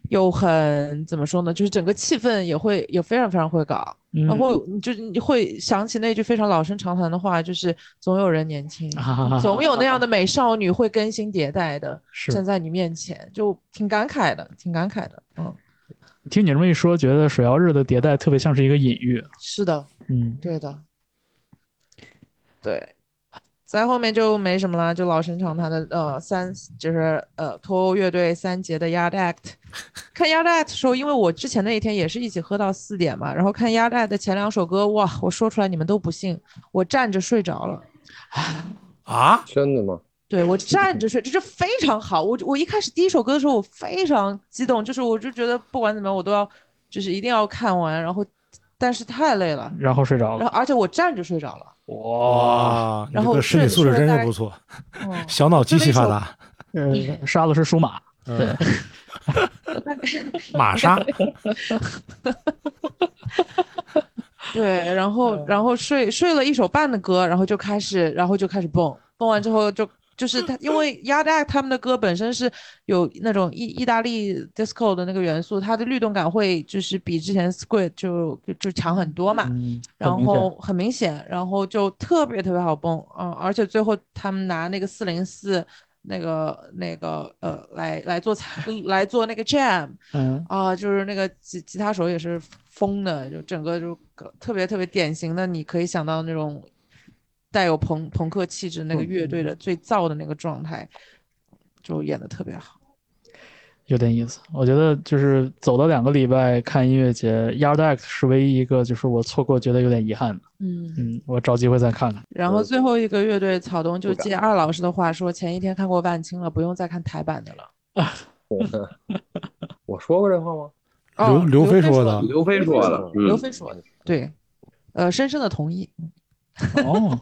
Speaker 3: 又很怎么说呢？就是整个气氛也会也非常非常会搞，
Speaker 5: 嗯，
Speaker 3: 然后你就你会想起那句非常老生常谈的话，就是总有人年轻，
Speaker 5: 啊
Speaker 3: 总有那样的美少女会更新迭代的
Speaker 5: 是
Speaker 3: 站在你面前，就挺感慨的，挺感慨的，嗯。
Speaker 5: 听你这么一说，觉得水曜日的迭代特别像是一个隐喻。
Speaker 3: 是的，
Speaker 5: 嗯，
Speaker 3: 对的，对，在后面就没什么了，就老生常谈的呃三就是呃脱欧乐队三杰的 Yard Act。看 Yard Act 的时候，因为我之前那一天也是一起喝到四点嘛，然后看 Yard Act 的前两首歌，哇，我说出来你们都不信，我站着睡着了。
Speaker 4: 啊，
Speaker 2: 真的吗？
Speaker 3: 对我站着睡，这是非常好。我我一开始第一首歌的时候，我非常激动，就是我就觉得不管怎么样，我都要就是一定要看完，然后但是太累了，
Speaker 5: 然后睡着
Speaker 3: 然
Speaker 5: 了。
Speaker 3: 后而且我站着睡着 了。
Speaker 5: 哇，
Speaker 4: 你
Speaker 3: 然后
Speaker 4: 这个身体
Speaker 3: 睡
Speaker 4: 素质
Speaker 3: 睡
Speaker 4: 真
Speaker 3: 了大
Speaker 4: 是
Speaker 3: 概
Speaker 4: 不错，
Speaker 3: 嗯
Speaker 4: 小脑极
Speaker 3: 就那
Speaker 4: 其发
Speaker 3: 首
Speaker 4: 达，
Speaker 5: 呃杀的是舒马，对，
Speaker 4: 嗯 玛 莎，
Speaker 3: 对，然
Speaker 5: 嗯
Speaker 3: 后然后睡睡了一首半的歌，然后就开始，然后就开始蹦，蹦完之后就就是他，因 为 Yard Act 他们的歌本身是有那种意意大利 disco 的那个元素，它的律动感会就是比之前 Squid 就就就强很多嘛，
Speaker 5: 嗯，
Speaker 3: 然
Speaker 5: 很明显
Speaker 3: 后很明显，然后就特别特别好蹦，嗯，而且最后他们拿那个四零四那个那个呃来来做采来做那个 jam，
Speaker 5: 嗯
Speaker 3: 啊，就是那个吉吉他手也是疯的，就整个就个特别特别典型的，你可以想到那种带有朋朋克气质那
Speaker 4: 哦
Speaker 3: 个乐队的最燥的那个状态，就演的特别好。
Speaker 5: 有点意思。我觉得就是走了两个礼拜看音乐节，Yard Act 是唯一一个就是我错过觉得有点遗憾的。
Speaker 3: 嗯，
Speaker 5: 嗯，我找机会再看看。
Speaker 3: 然后最后一个乐队草东就借二老师的话说，前一天看过万青了，不用再看台版的了。
Speaker 2: 我说过这话吗？
Speaker 3: 哦，
Speaker 4: 刘刘飞说
Speaker 3: 说
Speaker 4: 的
Speaker 1: 刘飞说的，嗯，
Speaker 3: 刘飞说的，对，呃，深深的同意。
Speaker 5: 哦，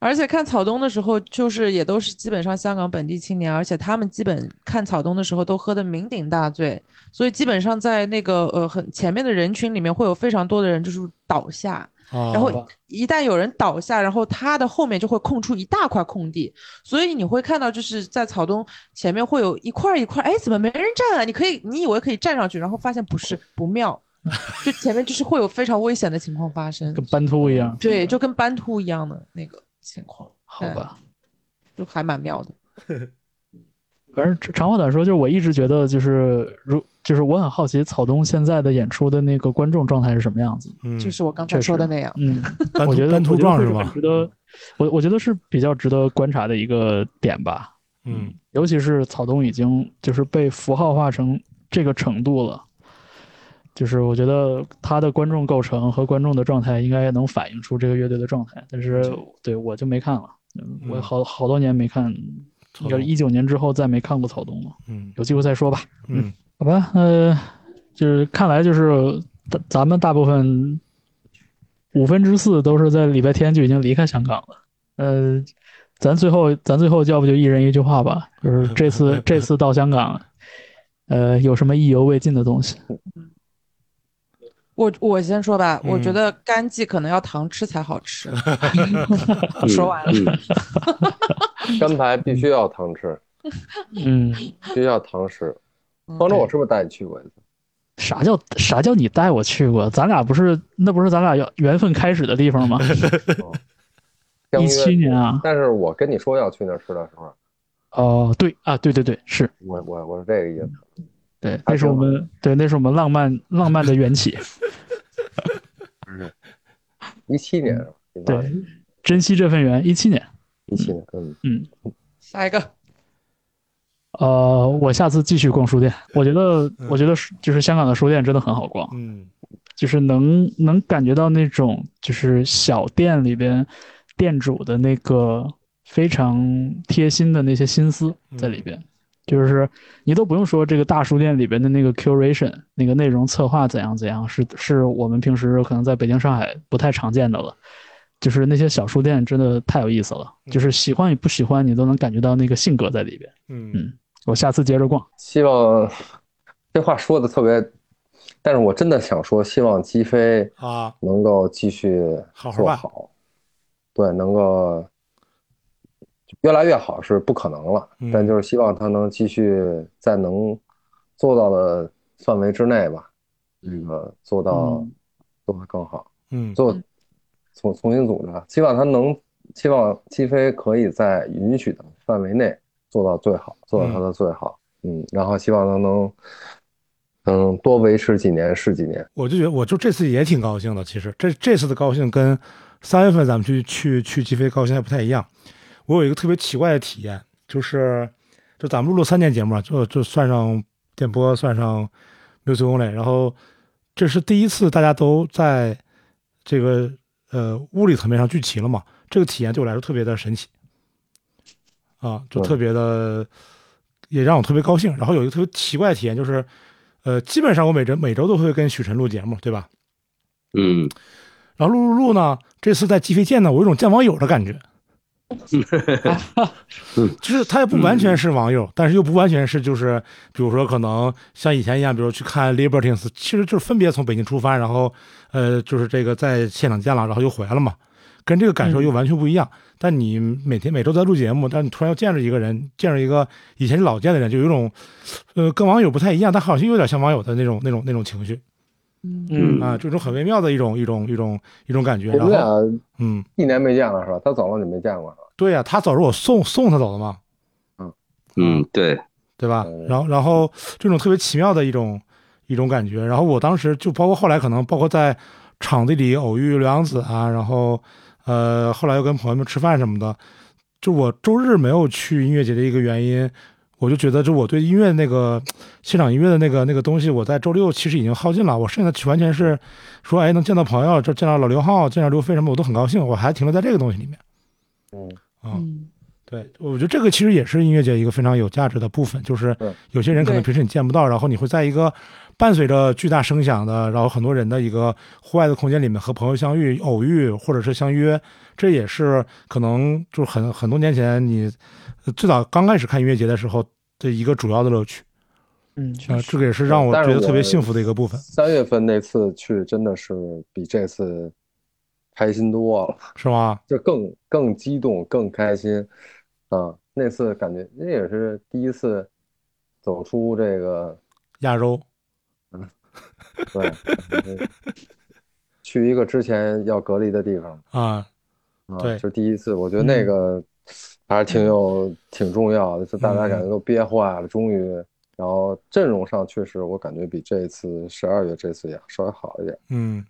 Speaker 3: 而且看草东的时候，就是也都是基本上香港本地青年，而且他们基本看草东的时候都喝得酩酊大醉，所以基本上在那个呃很前面的人群里面会有非常多的人就是倒下，
Speaker 4: 啊，
Speaker 3: 然后一旦有人倒下，然后他的后面就会空出一大块空地，所以你会看到就是在草东前面会有一块一块，哎，怎么没人站啊？你可以你以为可以站上去，然后发现不是，不妙，就前面就是会有非常危险的情况发生，
Speaker 5: 跟嗯班兔一样。
Speaker 3: 对，就跟斑秃一样的那个情况。
Speaker 5: 好吧，
Speaker 3: 就还蛮妙的。
Speaker 5: 反正长话短说，就是我一直觉得就是如就是我很好奇草东现在的演出的那个观众状态是什么样子。
Speaker 4: 嗯，
Speaker 3: 就是我刚才
Speaker 5: 确
Speaker 3: 说的
Speaker 5: 实
Speaker 3: 那样。
Speaker 5: 嗯，
Speaker 4: 单独
Speaker 5: 我觉得
Speaker 4: 单
Speaker 5: 我
Speaker 4: 独
Speaker 5: 觉得
Speaker 4: 撞
Speaker 5: 会
Speaker 4: 是
Speaker 5: 很
Speaker 4: 吧？
Speaker 5: 值得，我我觉得是比较值得观察的一个点吧。
Speaker 4: 嗯，
Speaker 5: 尤其是草东已经就是被符号化成这个程度了，就是我觉得他的观众构成和观众的状态应该能反映出这个乐队的状态，但是对我就没看了，嗯我好好多年没看，应该是一九年之后再没看过草东了，
Speaker 4: 嗯
Speaker 5: 有机会再说吧。
Speaker 4: 嗯，
Speaker 5: 好吧，呃，就是看来就是咱咱们大部分五分之四都是在礼拜天就已经离开香港了。呃，咱最后咱最后要不就一人一句话吧，就是这次这次到香港，呃，有什么意犹未尽的东西？
Speaker 3: 我我先说吧，我觉
Speaker 4: 嗯
Speaker 3: 得干季可能要糖吃才好 吃。说完了，
Speaker 1: 嗯
Speaker 2: 干排必须要糖吃，
Speaker 5: 嗯，
Speaker 2: 必须要糖吃。
Speaker 3: 嗯
Speaker 2: 方舟，我是不是带你去过一次？
Speaker 5: 啥叫啥叫你带我去过？咱俩不是那不是咱俩要缘分开始的地方吗？
Speaker 2: 相
Speaker 5: 一
Speaker 2: 约
Speaker 5: 七年啊，
Speaker 2: 但是我跟你说要去那儿吃的时候，
Speaker 5: 哦，对啊，对对对，是
Speaker 2: 我我我是这个意思。
Speaker 5: 对，
Speaker 2: 还
Speaker 5: 那是我
Speaker 2: 挺好
Speaker 5: 们对那是我们浪漫浪漫的缘起。
Speaker 2: 一七年啊，一八
Speaker 5: 对，珍惜这份缘。一七年，
Speaker 2: 一七年，嗯，
Speaker 5: 嗯，
Speaker 3: 下一个，
Speaker 5: 呃，我下次继续逛书店。我觉得，我觉得是就是香港的书店真的很好逛，
Speaker 4: 嗯
Speaker 5: 就是能能感觉到那种就是小店里边店主的那个非常贴心的那些心思在里边。就是你都不用说这个大书店里边的那个 curation 那个内容策划怎样怎样，是是我们平时可能在北京、上海不太常见的了。就是那些小书店真的太有意思了，就是喜欢与不喜欢你都能感觉到那个性格在里边。
Speaker 4: 嗯
Speaker 5: 我下次接着逛。
Speaker 2: 希望 这话说的特别，但是我真的想说，希望鸡飞
Speaker 4: 啊，
Speaker 2: 能够继续
Speaker 4: 好好
Speaker 2: 做
Speaker 4: 办
Speaker 2: 好，对，能够越来越好是不可能了，
Speaker 4: 嗯
Speaker 2: 但就是希望他能继续在能做到的范围之内吧，这个做到
Speaker 5: 嗯
Speaker 2: 做得更好，
Speaker 4: 嗯
Speaker 2: 做
Speaker 3: 嗯
Speaker 2: 重重新组织啊，希望他能，希望鸡飞可以在允许的范围内做到最好，做到他的最好，嗯，然后希望他能。嗯，多维持几年是几年，
Speaker 4: 我就觉得，我就这次也挺高兴的。其实这这次的高兴跟三月份咱们去去去鸡飞高兴还不太一样。我有一个特别奇怪的体验，就是就咱们录了三年节目啊，就就算上电波，算上 music only，然后这是第一次大家都在这个呃物理层面上聚齐了嘛，这个体验对我来说特别的神奇啊，就
Speaker 2: 嗯
Speaker 4: 特别的也让我特别高兴。然后有一个特别奇怪的体验就是。呃，基本上我每周每周都会跟许晨录节目，对吧？
Speaker 1: 嗯，
Speaker 4: 然后录录录呢，这次在鸡飞见呢，我有一种见网友的感觉，就是他也不完全是网友，但是又不完全是就是，比如说可能像以前一样，比如去看 Libertines，其实就是分别从北京出发，然后呃，就是这个在现场见了，然后又回来了嘛，跟这个感受又完全不一样。但你每天每周在录节目，但你突然又见着一个人，见着一个以前老见的人，就有一种呃跟网友不太一样，但好像又有点像网友的那种那种那种情绪
Speaker 3: 嗯，
Speaker 1: 嗯
Speaker 4: 啊，就一种很微妙的一种一种一种一种感觉。
Speaker 2: 你
Speaker 4: 然
Speaker 2: 们
Speaker 4: 后
Speaker 2: 俩
Speaker 4: 嗯，
Speaker 2: 一年没见了是吧？他走了你没见过是吧？
Speaker 4: 对呀、他走是我送送他走的嘛，
Speaker 1: 嗯，对，
Speaker 4: 对吧
Speaker 2: 嗯？
Speaker 4: 然后然后这种特别奇妙的一种一种感觉，然后我当时就包括后来可能包括在场地里偶遇刘洋子啊，然后呃后来又跟朋友们吃饭什么的，就我周日没有去音乐节的一个原因，我就觉得就我对音乐那个现场音乐的那个那个东西，我在周六其实已经耗尽了，我剩下的完全是说哎能见到朋友，就见到老刘浩，见到刘飞什么我都很高兴，我还停留在这个东西里面。
Speaker 2: 嗯，
Speaker 3: 嗯，
Speaker 4: 对，我觉得这个其实也是音乐节一个非常有价值的部分，就是
Speaker 2: 对
Speaker 4: 有些人可能
Speaker 3: 对
Speaker 4: 平时你见不到，然后你会在一个伴随着巨大声响的，然后很多人的一个户外的空间里面和朋友相遇、偶遇或者是相约，这也是可能就是很很多年前你呃最早刚开始看音乐节的时候的一个主要的乐趣
Speaker 5: 嗯，
Speaker 4: 啊、这个也是让我
Speaker 2: 但
Speaker 4: 觉
Speaker 2: 是
Speaker 4: 得特别
Speaker 2: 我
Speaker 4: 幸福的一个部分，
Speaker 2: 三月份那次去真的是比这次开心多了，
Speaker 4: 是吗？
Speaker 2: 就更更激动、更开心啊！那次感觉那也是第一次走出这个
Speaker 4: 亚洲，
Speaker 2: 对，嗯去一个之前要隔离的地方
Speaker 4: 啊、
Speaker 2: 啊，
Speaker 4: 对嗯
Speaker 2: 就第一次，我觉得那个还是挺有挺重要的，就大
Speaker 4: 嗯
Speaker 2: 家感觉都憋坏了，终于。然后阵容上确实，我感觉比这次十二月这次也稍微好一点。
Speaker 4: 嗯，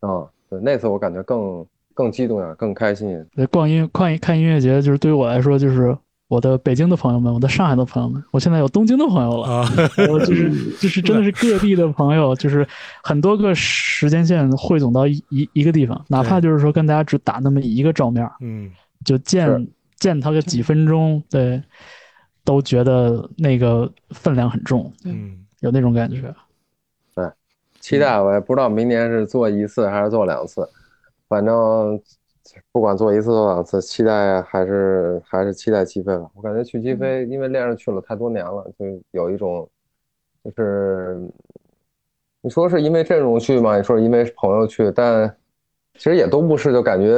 Speaker 2: 啊，对，那次我感觉更更激动呀，更开心。
Speaker 5: 逛音看看音乐节，就是对于我来说，就是我的北京的朋友们，我的上海的朋友们，我现在有东京的朋友了，
Speaker 4: 啊，
Speaker 5: 我就是就是真的是各地的朋友，就是很多个时间线汇总到一一一个地方，哪怕就是说跟大家只打那么一个照面儿，
Speaker 4: 嗯，
Speaker 5: 就见见他个几分钟，对，都觉得那个分量很重，
Speaker 4: 嗯，
Speaker 5: 有那种感觉。
Speaker 2: 期待我也不知道明年是做一次还是做两次，反正不管做一次做两次，期待还是还是期待击飞吧。我感觉去击飞，因为恋上去了太多年了，就有一种就是你说是因为阵容去嘛，你说是因为朋友去，但其实也都不是，就感觉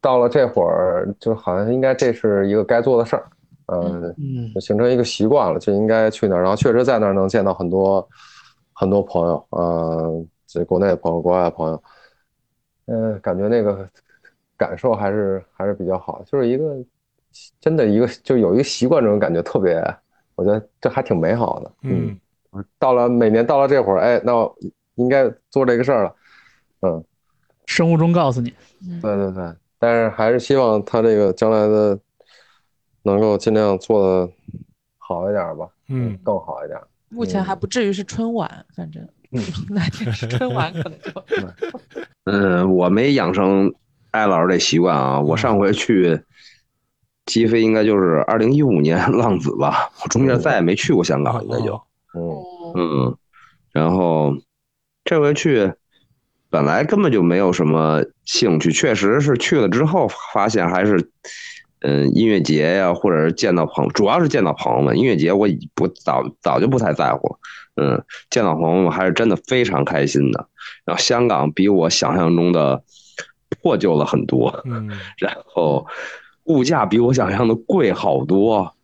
Speaker 2: 到了这会儿，就好像应该这是一个该做的事儿，嗯，
Speaker 5: 嗯
Speaker 2: 就形成一个习惯了，就应该去那儿。然后确实在那儿能见到很多很多朋友，呃，这国内的朋友、国外的朋友，嗯、感觉那个感受还是还是比较好，就是一个真的一个就有一个习惯这种感觉，特别，我觉得这还挺美好的。
Speaker 4: 嗯，
Speaker 2: 到了每年到了这会儿，哎，那我应该做这个事儿了。嗯，
Speaker 5: 生物钟告诉你，
Speaker 3: 嗯
Speaker 2: 对对对，但是还是希望他这个将来的能够尽量做的好一点儿吧，
Speaker 4: 嗯，
Speaker 2: 更好一点儿。
Speaker 3: 目前还不至于是春晚，反正
Speaker 5: 嗯
Speaker 3: 哪天是春晚可能就
Speaker 1: 嗯，我没养成艾老师这习惯啊。
Speaker 3: 嗯
Speaker 1: 我上回去击飞应该就是二零一五年 浪子吧，我中间再也没去过香
Speaker 4: 啊
Speaker 3: 哦
Speaker 1: 港，应该就
Speaker 2: 嗯
Speaker 1: 嗯。然后这回去本来根本就没有什么兴趣，确实是去了之后发现还是。嗯，音乐节呀、或者是见到朋友，主要是见到朋友们。音乐节我已不早早就不太在乎了，嗯，见到朋友们还是真的非常开心的。然后香港比我想象中的破旧了很多，
Speaker 4: 嗯，
Speaker 1: 然后物价比我想象的贵好多。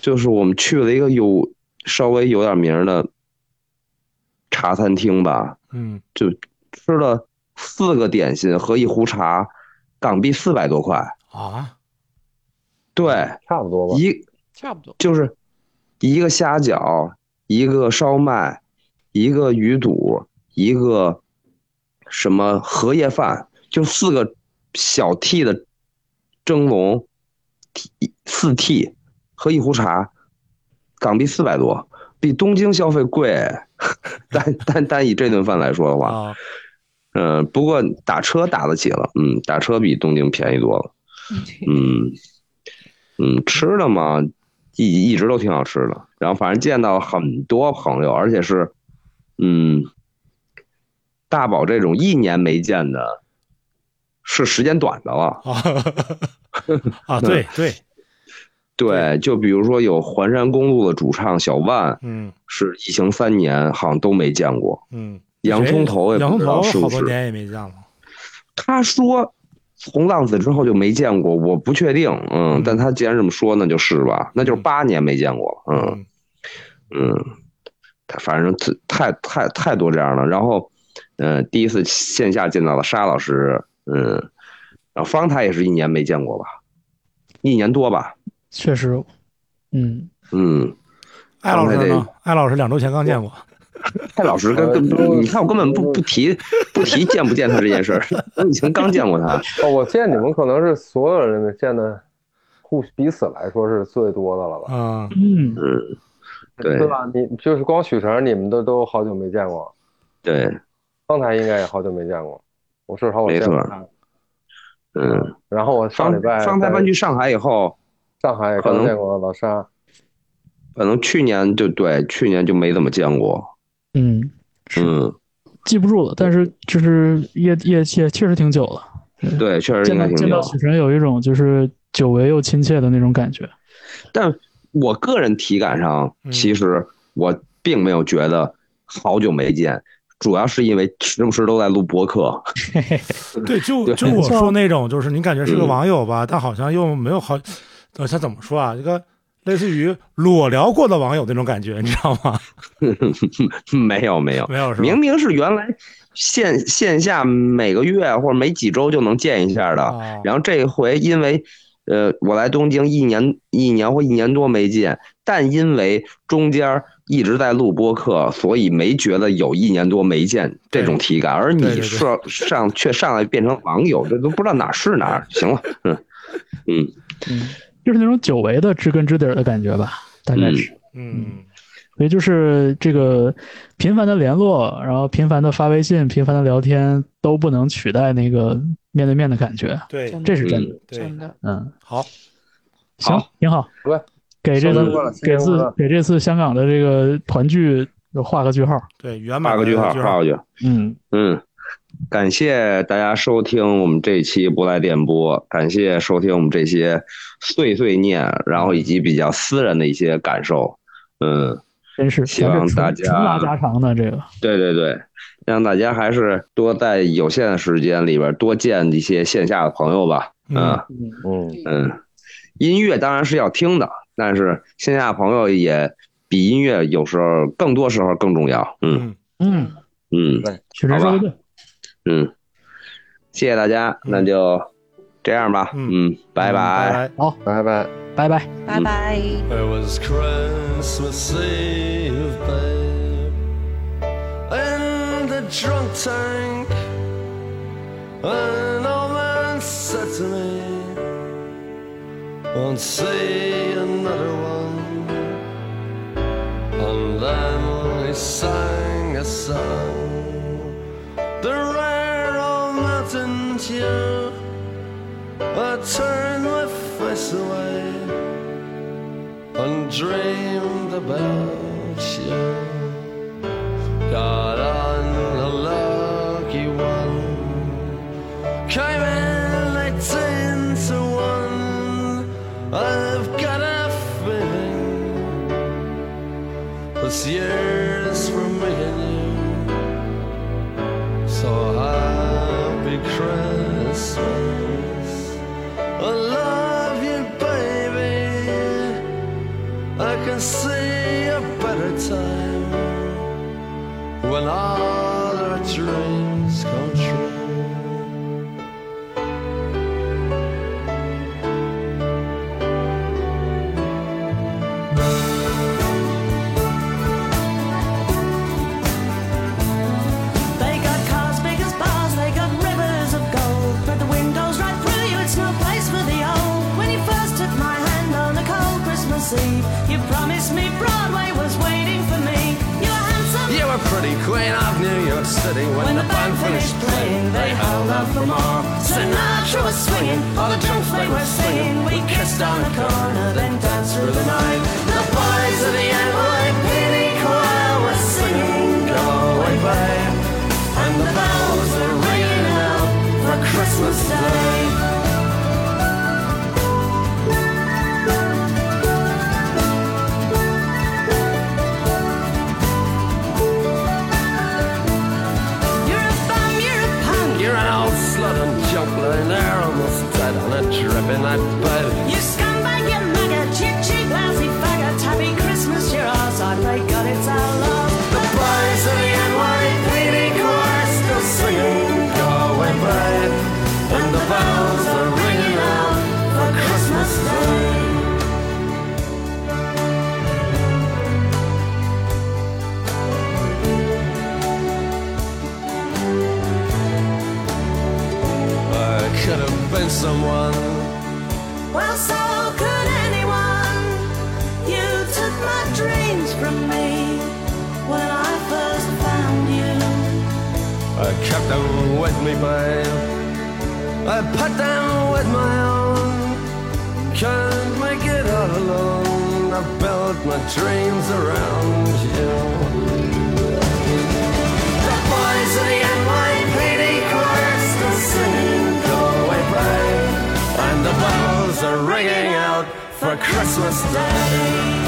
Speaker 1: 就是我们去了一个有稍微有点名儿的茶餐厅吧，
Speaker 4: 嗯，
Speaker 1: 就吃了四个点心和一壶茶，港币四百多块。
Speaker 4: 啊，
Speaker 1: 对，
Speaker 2: 差不多吧。
Speaker 1: 一
Speaker 3: 差不多。
Speaker 1: 就是一个虾饺，一个烧麦，一个鱼肚，一个什么荷叶饭，就四个小屉的蒸笼，屉四屉和一壶茶，港币四百多，比东京消费贵。 单单单以这顿饭来说的话，
Speaker 4: 啊，
Speaker 1: 嗯、不过打车打得起了，嗯，打车比东京便宜多了，嗯嗯，吃的嘛，一一直都挺好吃的。然后反正见到很多朋友，而且是，嗯，大宝这种一年没见的，是时间短的了。
Speaker 4: 啊，啊，对对，
Speaker 1: 对，就比如说有环山公路的主唱小万，
Speaker 4: 嗯
Speaker 1: 是疫情三年好像都没见过。
Speaker 4: 嗯，
Speaker 1: 洋葱头也
Speaker 4: 洋
Speaker 1: 不知道
Speaker 4: 葱头
Speaker 1: 是
Speaker 4: 好
Speaker 1: 不
Speaker 4: 多
Speaker 1: 是。
Speaker 4: 年也没见了，
Speaker 1: 他说从浪子之后就没见过，我不确定。嗯，但他既然这么说，那就是吧，那就是八年没见过了。嗯。
Speaker 4: 嗯
Speaker 1: 嗯，他反正太太太太多这样了。然后，呃，第一次线下见到了沙老师，嗯，然后方太也是一年没见过吧，一年多吧，
Speaker 5: 确实，嗯，
Speaker 1: 嗯，
Speaker 4: 艾老师呢？艾老师两周前刚见过，
Speaker 1: 蔡老师跟根
Speaker 2: 呃
Speaker 1: 本，你看我根本不不提不提见不见他这件事儿， 我以前刚见过 他，
Speaker 2: 哦，我见你们可能是所有人见的，互彼此来说是最多的了
Speaker 1: 啊
Speaker 4: 嗯
Speaker 2: 吧？
Speaker 5: 嗯，
Speaker 1: 嗯，对
Speaker 2: 对吧？你就是光许晨，你们都都好久没见过，
Speaker 1: 对，
Speaker 2: 方才应该也好久没见过。我至少我见过
Speaker 1: 没错
Speaker 2: 他。
Speaker 1: 嗯，
Speaker 2: 然后我上
Speaker 1: 方
Speaker 2: 礼拜
Speaker 1: 方太
Speaker 2: 在
Speaker 1: 搬去上海以后，
Speaker 2: 上海也
Speaker 1: 可
Speaker 2: 刚
Speaker 1: 能
Speaker 2: 见过老沙，
Speaker 1: 可能去年就对，去年就没怎么见过，
Speaker 5: 嗯，是
Speaker 1: 嗯，
Speaker 5: 记不住了，但是就是也也也确实挺久了。
Speaker 1: 对，确实
Speaker 5: 见
Speaker 1: 应
Speaker 5: 到
Speaker 1: 该挺
Speaker 5: 见
Speaker 1: 久
Speaker 5: 到。许晨有一种就是久违又亲切的那种感觉。
Speaker 1: 但我个人体感上，
Speaker 4: 嗯
Speaker 1: 其实我并没有觉得好久没见，主要是因为时不时都在录播客。
Speaker 4: 对，就
Speaker 1: 对嗯
Speaker 4: 就我说那种，就是你感觉是个网友吧，但好像又没有好，呃，他怎么说啊？这个类似于裸聊过的网友那种感觉，你知道吗？
Speaker 1: 没有没有，
Speaker 4: 没有是吧
Speaker 1: 明？明是原来线线下每个月或者每几周就能见一下的，
Speaker 4: 啊，
Speaker 1: 然后这回因为。呃，我来东京一年一年或一年多没见，但因为中间一直在录播客，所以没觉得有一年多没见这种体感。而
Speaker 4: 对对
Speaker 1: 你
Speaker 4: 对
Speaker 1: 上上却上来变成网友，这都不知道哪是哪儿。行了，嗯嗯，
Speaker 5: 嗯，就是那种久违的知根知底儿的感觉吧，大概是。
Speaker 4: 嗯
Speaker 5: 所以就是这个频繁的联络，然后频繁的发微信、频繁的聊天，都不能取代那个面对面的感觉，
Speaker 4: 对
Speaker 3: 真的
Speaker 5: 这是真的。
Speaker 4: 对
Speaker 3: 真，的。
Speaker 5: 嗯，
Speaker 4: 好，
Speaker 5: 行
Speaker 1: 好，
Speaker 5: 挺好
Speaker 2: 好嘞。
Speaker 5: 给这
Speaker 2: 生
Speaker 5: 次
Speaker 2: 日快乐
Speaker 5: 给
Speaker 2: 生日快
Speaker 5: 次
Speaker 2: 乐
Speaker 5: 给这次香港的这个团聚画个句号。
Speaker 4: 对，圆
Speaker 1: 画
Speaker 4: 满
Speaker 1: 个
Speaker 4: 的
Speaker 1: 句号，画个句号。
Speaker 5: 嗯，
Speaker 1: 嗯，感谢大家收听我们这一期不来电波，感谢收听我们这些碎碎念，然后以及比较私人的一些感受。嗯，
Speaker 5: 真是，
Speaker 1: 希望
Speaker 5: 咱这
Speaker 1: 大家
Speaker 5: 纯纯拉家常的这个，
Speaker 1: 对对对，让大家还是多在有限的时间里边多见一些线下的朋友吧。
Speaker 4: 嗯
Speaker 2: 嗯，
Speaker 1: 嗯，音乐当然是要听的，但是线下朋友也比音乐有时候更多时候更重要。嗯
Speaker 4: 嗯，
Speaker 5: 嗯，
Speaker 1: 嗯
Speaker 5: 确实说的对。
Speaker 1: 嗯，谢谢大家，那就这样吧。
Speaker 4: 嗯
Speaker 1: 嗯，拜拜。
Speaker 4: 拜。
Speaker 2: 拜拜。
Speaker 5: 拜拜。
Speaker 3: 嗯拜拜。
Speaker 1: 嗯
Speaker 6: It was Christmas Eve, babe, in the drunk tank. An old man said to me, "Won't see another one." And then he sang a song, the rare old mountain dew. I turned my face away and dreamed about you. Got on a lucky one, came in eighteen to one. I've got a feeling this year's for me and you. So happy Christmas. I love you, baby. I can see a better time when all our dreams come true.
Speaker 7: They got cars big as bars, they got rivers of gold. But the wind goes right through you, it's no place for the old. When you first took my hand on a cold Christmas Eve, you promised me Broadway was waiting for me. You were handsome.
Speaker 6: You were pretty queen of New York City when,
Speaker 7: When the band finished playing, they held out for more. Sinatra was swinging, all the drums they were singing. We kissed on the corner, then danced through the night. The boys of the NYPD choir were singing, "Go away, babe," and the bells were ringing out for Christmas Day. You're a bum, you're a punk.
Speaker 6: You're an old slut and junk lying there almost dead on a drip in that bed.
Speaker 7: You scumbag, you maggot, cheap, cheap, lousy faggot. Happy Christmas, you're ours. I pray God it's our love. The boys of the NYPD choir still singing,
Speaker 6: Go away, babe,
Speaker 7: and the bells are ringing out for Christmas Day.
Speaker 6: I could have been someone.
Speaker 7: Well, so could anyone. You took my dreams from me when I first found you.
Speaker 6: I kept them with me, babe. I put them with my own. Can't make it all alone. I built my dreams around you.
Speaker 7: The boys of the NYPD chorus still singing, go away, brave.
Speaker 6: And the bells are ringing out for Christmas Day.